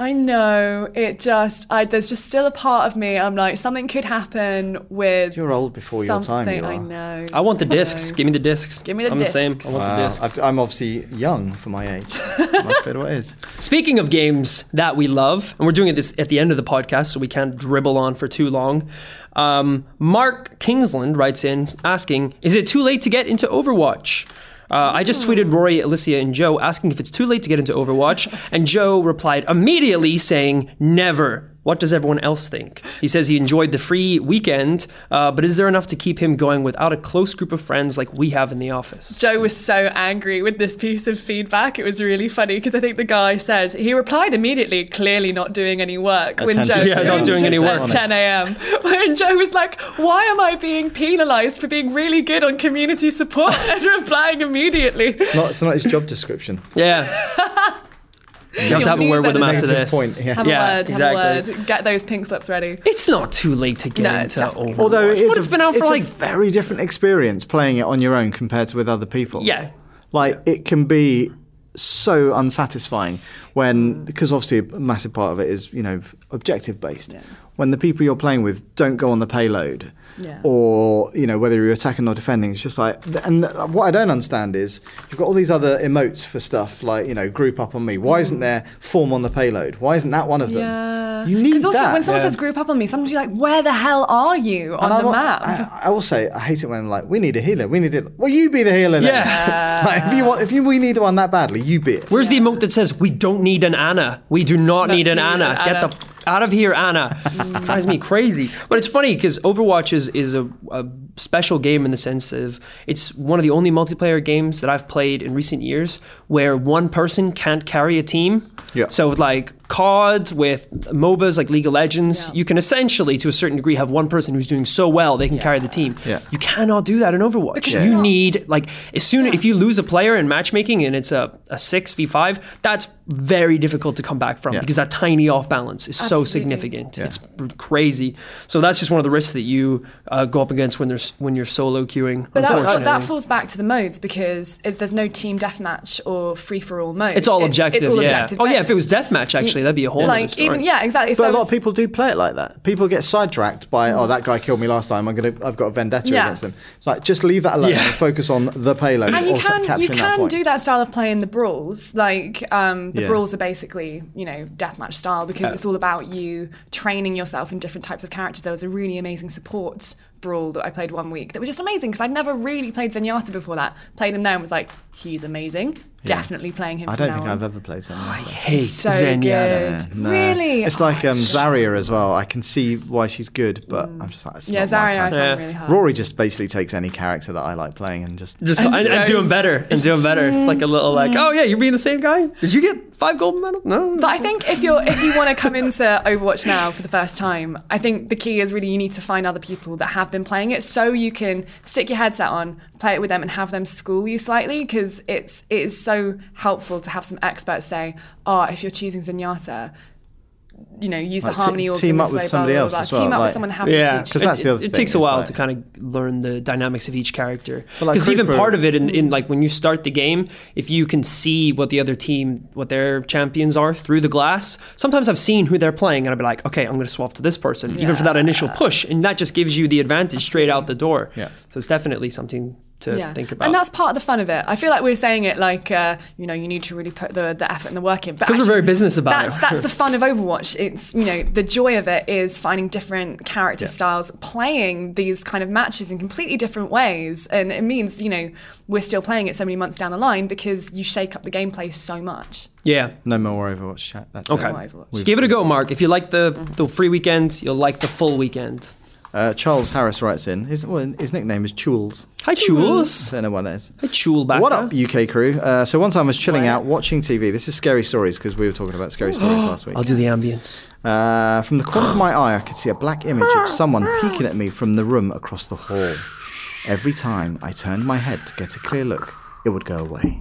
Speaker 3: I know it just I, there's just still a part of me. I'm like, something could happen with
Speaker 1: You're old before your time,
Speaker 3: something-
Speaker 1: you
Speaker 3: I
Speaker 1: are.
Speaker 3: know.
Speaker 2: I want the discs. Give me the discs.
Speaker 3: Give me the
Speaker 2: I'm the same.
Speaker 3: discs.
Speaker 2: I want the
Speaker 1: Wow,
Speaker 2: discs.
Speaker 1: I- Uh, I'm obviously young for my age. Must be what it is.
Speaker 2: Speaking of games that we love, and we're doing it this at the end of the podcast, so we can't dribble on for too long. Um, Mark Kingsland writes in asking, "Is it too late to get into Overwatch?" Uh, I just tweeted Rory, Alicia, and Joe asking if it's too late to get into Overwatch, and Joe replied immediately saying, "Never." What does everyone else think? He says he enjoyed the free weekend, uh, but is there enough to keep him going without a close group of friends like we have in the office?
Speaker 3: Joe was so angry with this piece of feedback. It was really funny because I think the guy says he replied immediately, clearly not doing any work. when
Speaker 1: 10,
Speaker 3: Joe,
Speaker 1: Yeah,
Speaker 2: not doing any work.
Speaker 3: at 10 a.m. When Joe was like, "Why am I being penalised for being really good on community support?" and replying immediately.
Speaker 1: It's not, it's not his job description.
Speaker 2: Yeah. You have to have a word with him after
Speaker 1: Negative
Speaker 2: this.
Speaker 1: point. Yeah.
Speaker 3: Have
Speaker 2: Yeah,
Speaker 3: a word, have
Speaker 2: exactly.
Speaker 3: a word. Get those pink slips ready.
Speaker 2: It's not too late to get
Speaker 3: No,
Speaker 2: into
Speaker 3: definitely
Speaker 2: Overwatch.
Speaker 3: not.
Speaker 1: Although it is
Speaker 2: But
Speaker 1: a-
Speaker 2: it's been out for
Speaker 1: it's
Speaker 2: like
Speaker 1: a very different experience playing it on your own compared to with other people.
Speaker 2: Yeah.
Speaker 1: like it can be so unsatisfying when
Speaker 2: Mm.
Speaker 1: because obviously a massive part of it is you know objective based. When the people you're playing with don't go on the payload,
Speaker 3: Yeah.
Speaker 1: or you know whether you're attacking or defending, it's just like. And what I don't understand is you've got all these other emotes for stuff like you know group up on me.
Speaker 2: Mm.
Speaker 1: Why isn't there form on the payload? Why isn't that one of them? you need
Speaker 3: Because also,
Speaker 1: that.
Speaker 3: when someone
Speaker 2: Yeah.
Speaker 3: says "group up on me," sometimes you're like, "Where the hell are you on
Speaker 1: And
Speaker 3: the
Speaker 1: I'm-
Speaker 3: map?"
Speaker 1: I, I also I hate it when like we need a healer. We need it. Well, you be the healer. Then.
Speaker 2: Yeah.
Speaker 1: like, if you want, if you we need one that badly, you be it.
Speaker 2: Where's the emote that says we don't need an Anna? We do not need an
Speaker 3: need
Speaker 2: Anna. Get
Speaker 3: an
Speaker 2: the
Speaker 3: Anna.
Speaker 2: f- out of here, Anna. Drives me crazy. But it's funny because Overwatch is is a, a special game in the sense of it's one of the only multiplayer games that I've played in recent years where one person can't carry a team.
Speaker 1: Yeah.
Speaker 2: So with like CODs, with MOBAs like League of Legends,
Speaker 3: Yeah.
Speaker 2: you can essentially to a certain degree have one person who's doing so well they can carry the team.
Speaker 1: Yeah.
Speaker 2: You cannot do that in Overwatch.
Speaker 3: it's
Speaker 2: you
Speaker 3: not-
Speaker 2: need like as soon if you lose a player in matchmaking and it's a, a six v five, that's very difficult to come back from
Speaker 1: Yeah.
Speaker 2: because that tiny off balance is so
Speaker 3: Absolutely.
Speaker 2: significant. It's br- crazy. So that's just one of the risks that you uh, go up against when there's s- when you're solo queuing.
Speaker 3: But that,
Speaker 2: unfortunately.
Speaker 3: that falls back to the modes because it's, there's no team deathmatch or free for all mode.
Speaker 2: it's all objective.
Speaker 3: It's all
Speaker 2: yeah.
Speaker 3: objective.
Speaker 2: Oh yeah, if it was
Speaker 3: based.
Speaker 2: deathmatch, actually, that'd be a whole.
Speaker 3: like
Speaker 2: other story.
Speaker 3: even yeah, exactly. If
Speaker 1: But
Speaker 3: there
Speaker 1: a lot
Speaker 3: was-
Speaker 1: of people do play it like that. People get sidetracked by, oh, that guy killed me last time. I'm gonna, I've got a vendetta
Speaker 3: Yeah.
Speaker 1: against them. It's like just leave that alone
Speaker 2: Yeah.
Speaker 1: and focus on the payload.
Speaker 3: and you
Speaker 1: or t-
Speaker 3: can you
Speaker 1: capturing that
Speaker 3: can
Speaker 1: point.
Speaker 3: do that style of play in the brawls. Like um, the
Speaker 1: Yeah.
Speaker 3: brawls are basically you know deathmatch style because it's all about you training yourself in different types of characters. There was a really amazing support brawl that I played one week that was just amazing because I'd never really played Zenyatta before that. Played him there and was like, he's amazing. Definitely playing him.
Speaker 1: I
Speaker 3: from
Speaker 1: don't
Speaker 3: now
Speaker 1: think
Speaker 3: on.
Speaker 1: I've ever played something like that.
Speaker 2: Hate
Speaker 3: so
Speaker 2: Zenyatta.
Speaker 3: good. Really, Oh,
Speaker 1: It's like um, Zarya as well. I can see why she's good, but I'm just like, it's
Speaker 3: Mm. yeah,
Speaker 1: not my
Speaker 3: Zarya. I
Speaker 1: kind
Speaker 3: found
Speaker 1: of-
Speaker 3: really hard.
Speaker 1: Rory just basically takes any character that I like playing and just.
Speaker 2: Just and, and doing better and doing better. It's like a little like,
Speaker 3: Mm.
Speaker 2: oh yeah, you're being the same guy. Did you get five gold medal? No.
Speaker 3: But I think if you're if you want to come into Overwatch now for the first time, I think the key is really you need to find other people that have been playing it, so you can stick your headset on, play it with them, and have them school you slightly because it's it is so helpful to have some experts say, oh, if you're choosing Zenyatta, you know, use
Speaker 1: Like,
Speaker 3: the
Speaker 1: te-
Speaker 3: harmony or
Speaker 1: team up with somebody
Speaker 3: blah, blah,
Speaker 1: else
Speaker 3: blah.
Speaker 1: as well,
Speaker 3: Team up with
Speaker 1: like-
Speaker 3: someone happy
Speaker 2: yeah,
Speaker 3: to teach.
Speaker 1: 'cause that's
Speaker 2: it,
Speaker 1: the other
Speaker 2: it takes a
Speaker 1: thing, it's
Speaker 2: while
Speaker 1: like-
Speaker 2: to kind of learn the dynamics of each character. Because
Speaker 1: like
Speaker 2: even
Speaker 1: Creeper-
Speaker 2: part of it, in, in like when you start the game, if you can see what the other team, what their champions are through the glass. Sometimes I've seen who they're playing, and I'll be like, okay, I'm going to swap to this person, even for that initial push, and that just gives you the advantage straight out the door.
Speaker 1: Yeah.
Speaker 2: So it's definitely something to think about.
Speaker 3: And that's part of the fun of it. I feel like we're saying it like, uh, you know, you need to really put the, the effort and the work in. Because
Speaker 2: we're very business about
Speaker 3: that's,
Speaker 2: it.
Speaker 3: That's the fun of Overwatch. It's, you know, the joy of it is finding different character
Speaker 1: Yeah.
Speaker 3: styles, playing these kind of matches in completely different ways. And it means, you know, we're still playing it so many months down the line because you shake up the gameplay so much.
Speaker 2: yeah.
Speaker 1: No more Overwatch chat. That's
Speaker 2: Okay.
Speaker 1: It.
Speaker 3: Overwatch.
Speaker 2: Give it a go, Mark. If you like the, the free weekend, you'll like the full weekend.
Speaker 1: Uh, Charles Harris writes in. His, well, his nickname is Chules.
Speaker 2: Hi, Chules.
Speaker 1: I don't know why that is.
Speaker 2: Hi, Chul back
Speaker 1: What
Speaker 2: there.
Speaker 1: up, UK crew? Uh, so one time I was chilling
Speaker 3: What?
Speaker 1: out watching TV. This is scary stories because we were talking about scary stories last week.
Speaker 2: I'll do the ambience.
Speaker 1: Uh, from the corner of my eye, I could see a black image of someone peeking at me from the room across the hall. Every time I turned my head to get a clear look, it would go away.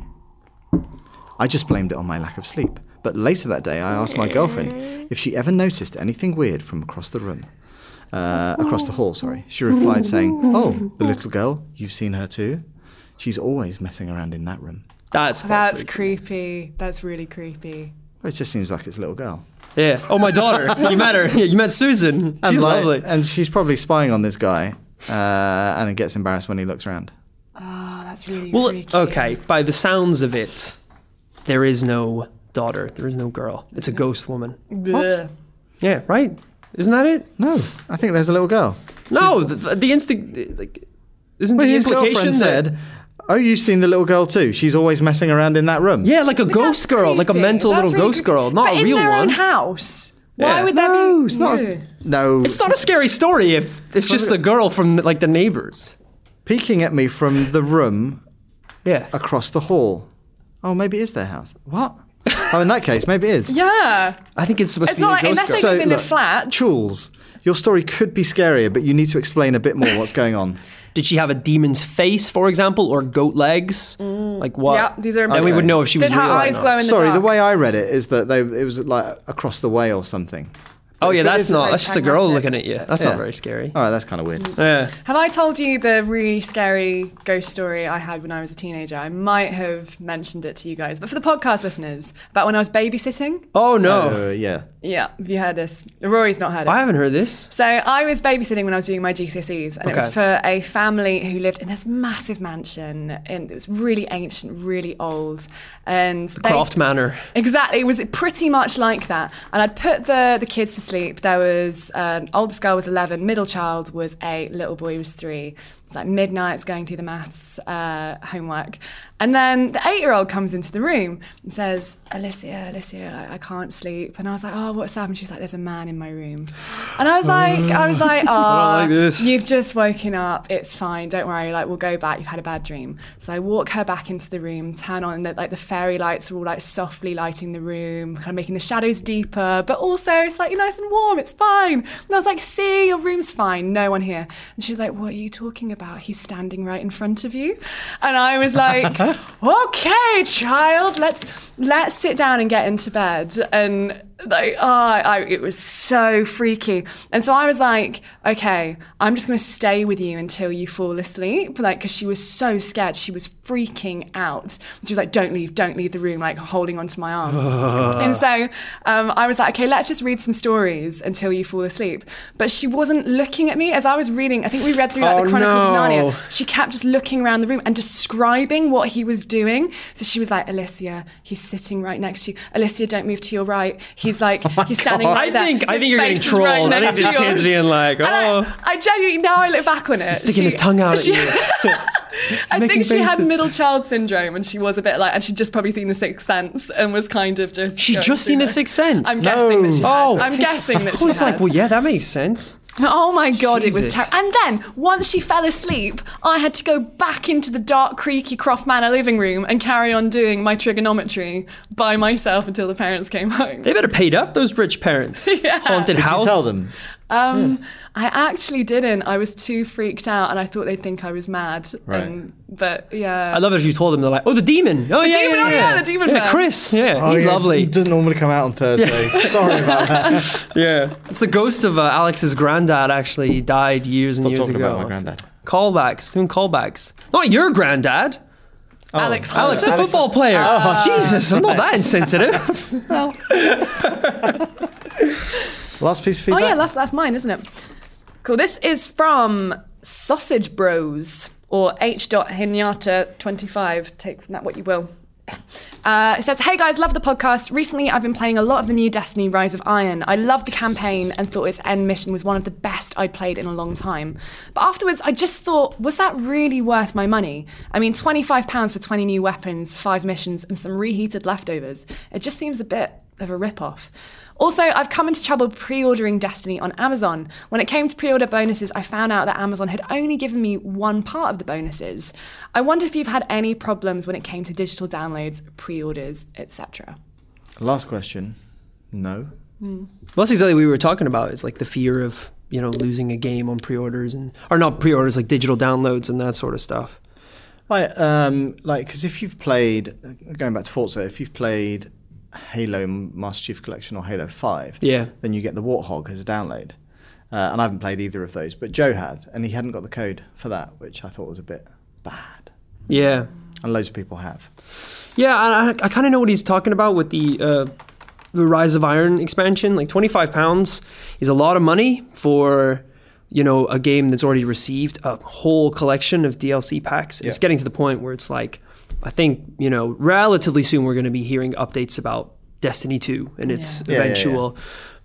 Speaker 1: I just blamed it on my lack of sleep. But later that day, I asked my girlfriend if she ever noticed anything weird from across the room. Uh, across the hall, sorry. She replied, saying, Oh, the little girl, you've seen her too? She's always messing around in that room.
Speaker 2: That's quite
Speaker 3: That's
Speaker 2: freaky.
Speaker 3: creepy. That's really creepy.
Speaker 1: It just seems like it's a little girl.
Speaker 2: Yeah. Oh, my daughter. you met her. Yeah, you met Susan.
Speaker 1: And
Speaker 2: She's
Speaker 1: like-
Speaker 2: lovely.
Speaker 1: And she's probably spying on this guy, uh, and it gets embarrassed when he looks around.
Speaker 3: Oh, that's really
Speaker 2: Well, uh,
Speaker 3: freaky.
Speaker 2: okay. By the sounds of it, there is no daughter. There is no girl. It's a ghost woman.
Speaker 3: What?
Speaker 2: Yeah. Right. Isn't that it?
Speaker 1: No, I think there's a little girl.
Speaker 2: No. The, the instinct. Like, isn't
Speaker 1: But
Speaker 2: the
Speaker 1: his
Speaker 2: implication
Speaker 1: girlfriend
Speaker 2: that?
Speaker 1: said, "Oh, you've seen the little girl too. She's always messing around in that room."
Speaker 2: yeah, like a ghost girl, like a mental little ghost girl, not
Speaker 3: but
Speaker 2: a real
Speaker 3: in their
Speaker 2: one.
Speaker 3: Own house.
Speaker 2: Yeah.
Speaker 3: Why would that be?
Speaker 1: No, it's not.
Speaker 3: Yeah.
Speaker 1: A, no,
Speaker 2: it's not a scary story if it's just a girl from like the neighbors.
Speaker 1: peeking at me from the room
Speaker 2: Yeah.
Speaker 1: across the hall. Oh, maybe it is their house. What? oh, in that case, maybe it is.
Speaker 3: Yeah.
Speaker 2: I think it's supposed
Speaker 3: It's
Speaker 2: to be
Speaker 3: not
Speaker 2: a
Speaker 3: like-
Speaker 2: ghost
Speaker 3: unless
Speaker 2: girl.
Speaker 3: they live in a flat.
Speaker 1: Chules, your story could be scarier, but you need to explain a bit more what's going on.
Speaker 2: Did she have a demon's face, for example, or goat legs? Like what?
Speaker 3: Mm. Yeah, these are
Speaker 2: Then we
Speaker 1: Okay.
Speaker 2: would know if she
Speaker 3: Did
Speaker 2: was
Speaker 3: her
Speaker 2: real or
Speaker 3: eyes
Speaker 2: not.
Speaker 3: glow Oh, in the
Speaker 1: Sorry, the
Speaker 3: dark?
Speaker 1: way I read it is that they, it was like across the way or something.
Speaker 2: Oh yeah,
Speaker 3: If it
Speaker 2: that's
Speaker 3: is
Speaker 2: not.
Speaker 3: very
Speaker 2: That's just a girl
Speaker 3: pragmatic.
Speaker 2: looking at you. That's
Speaker 1: Yeah.
Speaker 2: not very scary. Mm.
Speaker 1: All right, that's kind of weird. Uh,
Speaker 2: Yeah.
Speaker 3: Have I told you the really scary ghost story I had when I was a teenager? I might have mentioned it to you guys, but for the podcast listeners, about when I was babysitting.
Speaker 2: Oh no,
Speaker 1: Uh, yeah.
Speaker 3: Yeah, have you heard this? Rory's not heard it.
Speaker 2: I haven't heard this.
Speaker 3: So I was babysitting when I was doing my GCSEs, and it was
Speaker 2: Okay.
Speaker 3: for a family who lived in this massive mansion, and it was really ancient, really old, and they-
Speaker 2: Croft Manor.
Speaker 3: Exactly. It was pretty much like that. And I'd put the, the kids to sleep. There was um, oldest girl was 11, middle child was 8, little boy was 3. It's like midnight, it's going through the maths uh, homework. And then the 8-year-old comes into the room and says, Alicia, Alicia, like, I can't sleep. And I was like, oh, what's up? And she's like, there's a man in my room. And I was like, I was like, oh,
Speaker 2: like this.
Speaker 3: you've just woken up. It's fine. Don't worry. Like we'll go back. You've had a bad dream. So I walk her back into the room, turn on the, like the fairy lights are all like softly lighting the room, kind of making the shadows deeper, but also it's like you're nice and warm. It's fine. And I was like, see, your room's fine. No one here. And she was like, what are you talking about? He's standing right in front of you. And I was like, okay, child, let's let's sit down and get into bed. And like oh, I, it was so freaky and so i was like okay i'm just going to stay with you until you fall asleep like because she was so scared she was freaking out she was like don't leave don't leave the room like holding onto my arm and
Speaker 2: Ah.
Speaker 3: so um, i was like okay let's just read some stories until you fall asleep but she wasn't looking at me as i was reading i think we read through like,
Speaker 2: Oh,
Speaker 3: the chronicles of
Speaker 2: no.
Speaker 3: narnia she kept just looking around the room and describing what he was doing. So she was like, Alicia, he's sitting right next to you. Alicia, don't move to your right. He's like,
Speaker 2: Oh
Speaker 3: he's standing
Speaker 2: I
Speaker 3: right there.
Speaker 2: think I
Speaker 3: His
Speaker 2: think you're getting
Speaker 3: face is right
Speaker 2: trolled. I
Speaker 3: next
Speaker 2: think
Speaker 3: to
Speaker 2: these kids
Speaker 3: yours."
Speaker 2: are being like,
Speaker 3: And I-
Speaker 2: oh,
Speaker 3: I, genuinely now I look back on it.
Speaker 2: sticking his tongue out at you.
Speaker 3: I
Speaker 2: making
Speaker 3: think she had
Speaker 2: faces.
Speaker 3: middle child syndrome, and she was a bit like, and she'd just probably seen The Sixth Sense, and was kind of just.
Speaker 2: She'd
Speaker 3: going
Speaker 2: just
Speaker 3: through
Speaker 2: seen The
Speaker 3: that.
Speaker 2: Sixth Sense?
Speaker 3: I'm guessing that she had.
Speaker 2: oh,
Speaker 3: I'm guessing that
Speaker 2: I
Speaker 3: she
Speaker 2: was like,
Speaker 3: had.
Speaker 2: well, yeah, that makes sense.
Speaker 3: Oh my god, it was
Speaker 2: Jesus.
Speaker 3: terrible. And then once she fell asleep, I had to go back into the dark, creaky Croft Manor living room and carry on doing my trigonometry by myself until the parents came home.
Speaker 2: They better paid up those rich parents.
Speaker 1: Did
Speaker 2: Haunted house.
Speaker 1: you tell them?
Speaker 3: Um, I actually didn't. I was too freaked out, and I thought they'd think I was mad.
Speaker 1: Right.
Speaker 3: Um, but yeah,
Speaker 2: I love it if you told them they're like, oh, the demon. Oh, yeah,
Speaker 3: demon,
Speaker 2: yeah,
Speaker 3: oh, yeah, the demon
Speaker 2: Yeah,
Speaker 3: man.
Speaker 2: Chris. Yeah, he's
Speaker 1: Oh, yeah,
Speaker 2: lovely.
Speaker 1: it Doesn't normally come out on Thursdays. Sorry about that.
Speaker 2: Yeah, it's the ghost of uh, Alex's granddad. Actually, he died years and years
Speaker 1: talking
Speaker 2: ago.
Speaker 1: about my granddad.
Speaker 2: Callbacks, doing callbacks. Not your granddad,
Speaker 3: Alex.
Speaker 2: oh, Alex, the
Speaker 1: Alex-
Speaker 2: football player.
Speaker 1: Oh,
Speaker 2: Jesus, I'm not that insensitive.
Speaker 1: Last piece of
Speaker 3: Oh
Speaker 1: feedback.
Speaker 3: yeah, that's that's mine, isn't it? Cool. This is from Sausage Bros or H. Hinata twenty five. Take from that what you will. Uh, it says, "Hey guys, love the podcast. Recently, I've been playing a lot of the new Destiny: Rise of Iron. I loved the campaign and thought its end mission was one of the best I'd played in a long time. But afterwards, I just thought, was that really worth my money? I mean, twenty five pounds for twenty new weapons, five missions, and some reheated leftovers. It just seems a bit of a rip off." Also, I've come into trouble pre ordering Destiny on Amazon. When it came to pre order bonuses, I found out that Amazon had only given me one part of the bonuses. I wonder if you've had any problems when it came to digital downloads, pre orders, etc.
Speaker 1: Last question. No.
Speaker 2: Well, that's exactly what we were talking about. It's like the fear of you know losing a game on pre-orders and or not pre-orders, like digital downloads and that sort of stuff.
Speaker 1: Like, um, like, because if you've played, going back to Forza, if you've played Halo Master Chief Collection or Halo Five,
Speaker 2: Yeah.
Speaker 1: then you get the Warthog as a download. Uh, and I haven't played either of those, but Joe had, and he hadn't got the code for that, which I thought was a bit bad.
Speaker 2: Yeah,
Speaker 1: And loads of people have.
Speaker 2: yeah. I, I, I kind of know what he's talking about with the uh, the Rise of Iron expansion. Like twenty five pounds is a lot of money for you know a game that's already received a whole collection of DLC packs. It's
Speaker 1: Yeah.
Speaker 2: getting to the point where it's like I think you know relatively soon we're going to be hearing updates about Destiny two and its
Speaker 1: Yeah, yeah, yeah.
Speaker 2: eventual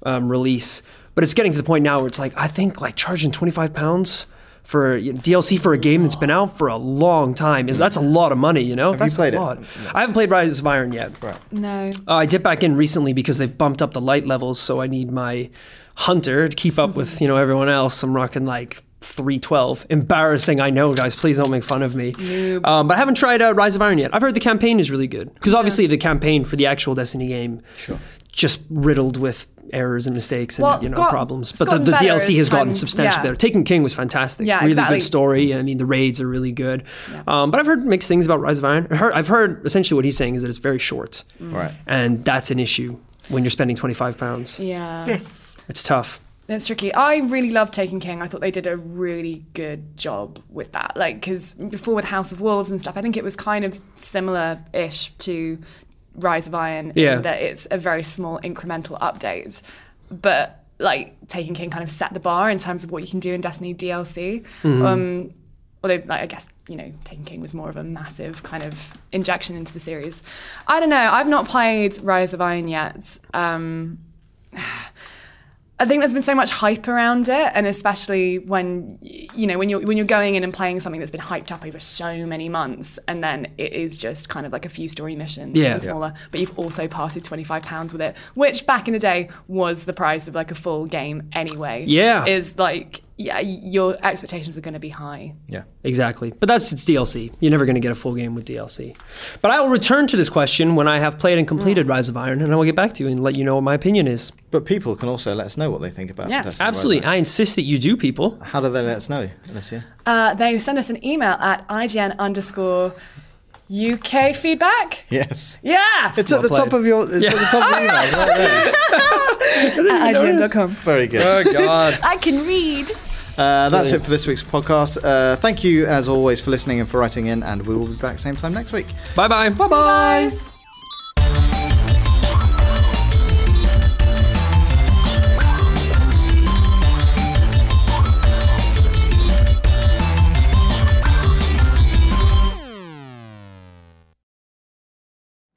Speaker 2: Um, release. But it's getting to the point now where it's like I think like charging twenty five pounds. For you know, DLC for a game that's been out for a long time is that's a lot of money, you know. that's
Speaker 1: played
Speaker 2: a
Speaker 1: it?
Speaker 2: lot. I haven't played Rise of Iron yet. Right.
Speaker 3: No.
Speaker 2: Uh, I dipped back in recently because they've bumped up the light levels, so I need my hunter to keep up with you know everyone else. I'm rocking like 312. Embarrassing, I know, guys. Please don't make fun of me. Um, but I haven't tried out Rise of Iron yet. I've heard the campaign is really good because obviously the campaign for the actual Destiny game, sure, just riddled with errors and mistakes and
Speaker 3: Well,
Speaker 2: you know
Speaker 3: got-
Speaker 2: problems.
Speaker 3: it's
Speaker 2: But the,
Speaker 3: gotten
Speaker 2: the
Speaker 3: better
Speaker 2: DLC
Speaker 3: as
Speaker 2: has gotten
Speaker 3: time-
Speaker 2: substantially
Speaker 3: yeah.
Speaker 2: better. Taken King was fantastic.
Speaker 3: Yeah,
Speaker 2: really
Speaker 3: exactly.
Speaker 2: good story story. I mean, the raids are really good. Um, but I've heard mixed things about Rise of Iron. I've heard, I've heard essentially what he's saying is that it's very short.
Speaker 1: Right.
Speaker 2: And that's an issue when you're spending 25 pounds.
Speaker 3: Yeah.
Speaker 2: It's tough.
Speaker 3: That's tricky. I really love Taken King. I thought they did a really good job with that. Like, because before with House of Wolves and stuff, I think it was kind of similar ish to Rise of Iron
Speaker 2: Yeah.
Speaker 3: in that it's a very small incremental update. But, like, Taken King kind of set the bar in terms of what you can do in Destiny DLC. Um, although, like, I guess, you know, Taken King was more of a massive kind of injection into the series. I don't know. I've not played Rise of Iron yet. Um, I think there's been so much hype around it, and especially when y- you know when you're when you're going in and playing something that's been hyped up over so many months, and then it is just kind of like a few story missions,
Speaker 2: Yeah.
Speaker 3: and smaller. But you've also parted twenty five pounds with it, which back in the day was the price of like a full game anyway.
Speaker 2: Yeah.
Speaker 3: is like yeah, y- your expectations are going to be high.
Speaker 1: Yeah.
Speaker 2: Exactly. But that's it's DLC. You're never going to get a full game with DLC. But I will return to this question when I have played and
Speaker 3: Mm.
Speaker 2: completed Rise of Iron, and I will get back to you and let you know what my opinion is.
Speaker 1: But people can also let us know what they think about
Speaker 3: Yes.
Speaker 1: Destiny Rise.
Speaker 2: Absolutely. I insist that you do, people.
Speaker 1: How do they let us know, Alicia?
Speaker 3: Uh, they send us an email at IGN underscore UK feedback.
Speaker 1: Yes.
Speaker 3: Yeah.
Speaker 1: It's at the top
Speaker 2: played.
Speaker 1: of your. It's at the top of your. email, right there.
Speaker 3: at IGN.com.
Speaker 1: Very good.
Speaker 2: Oh God.
Speaker 4: I can read.
Speaker 1: Uh, that's it for this week's podcast. Uh, thank you, as always, for listening and for writing in, and we will be back same time next week.
Speaker 2: Bye bye.
Speaker 1: Bye bye.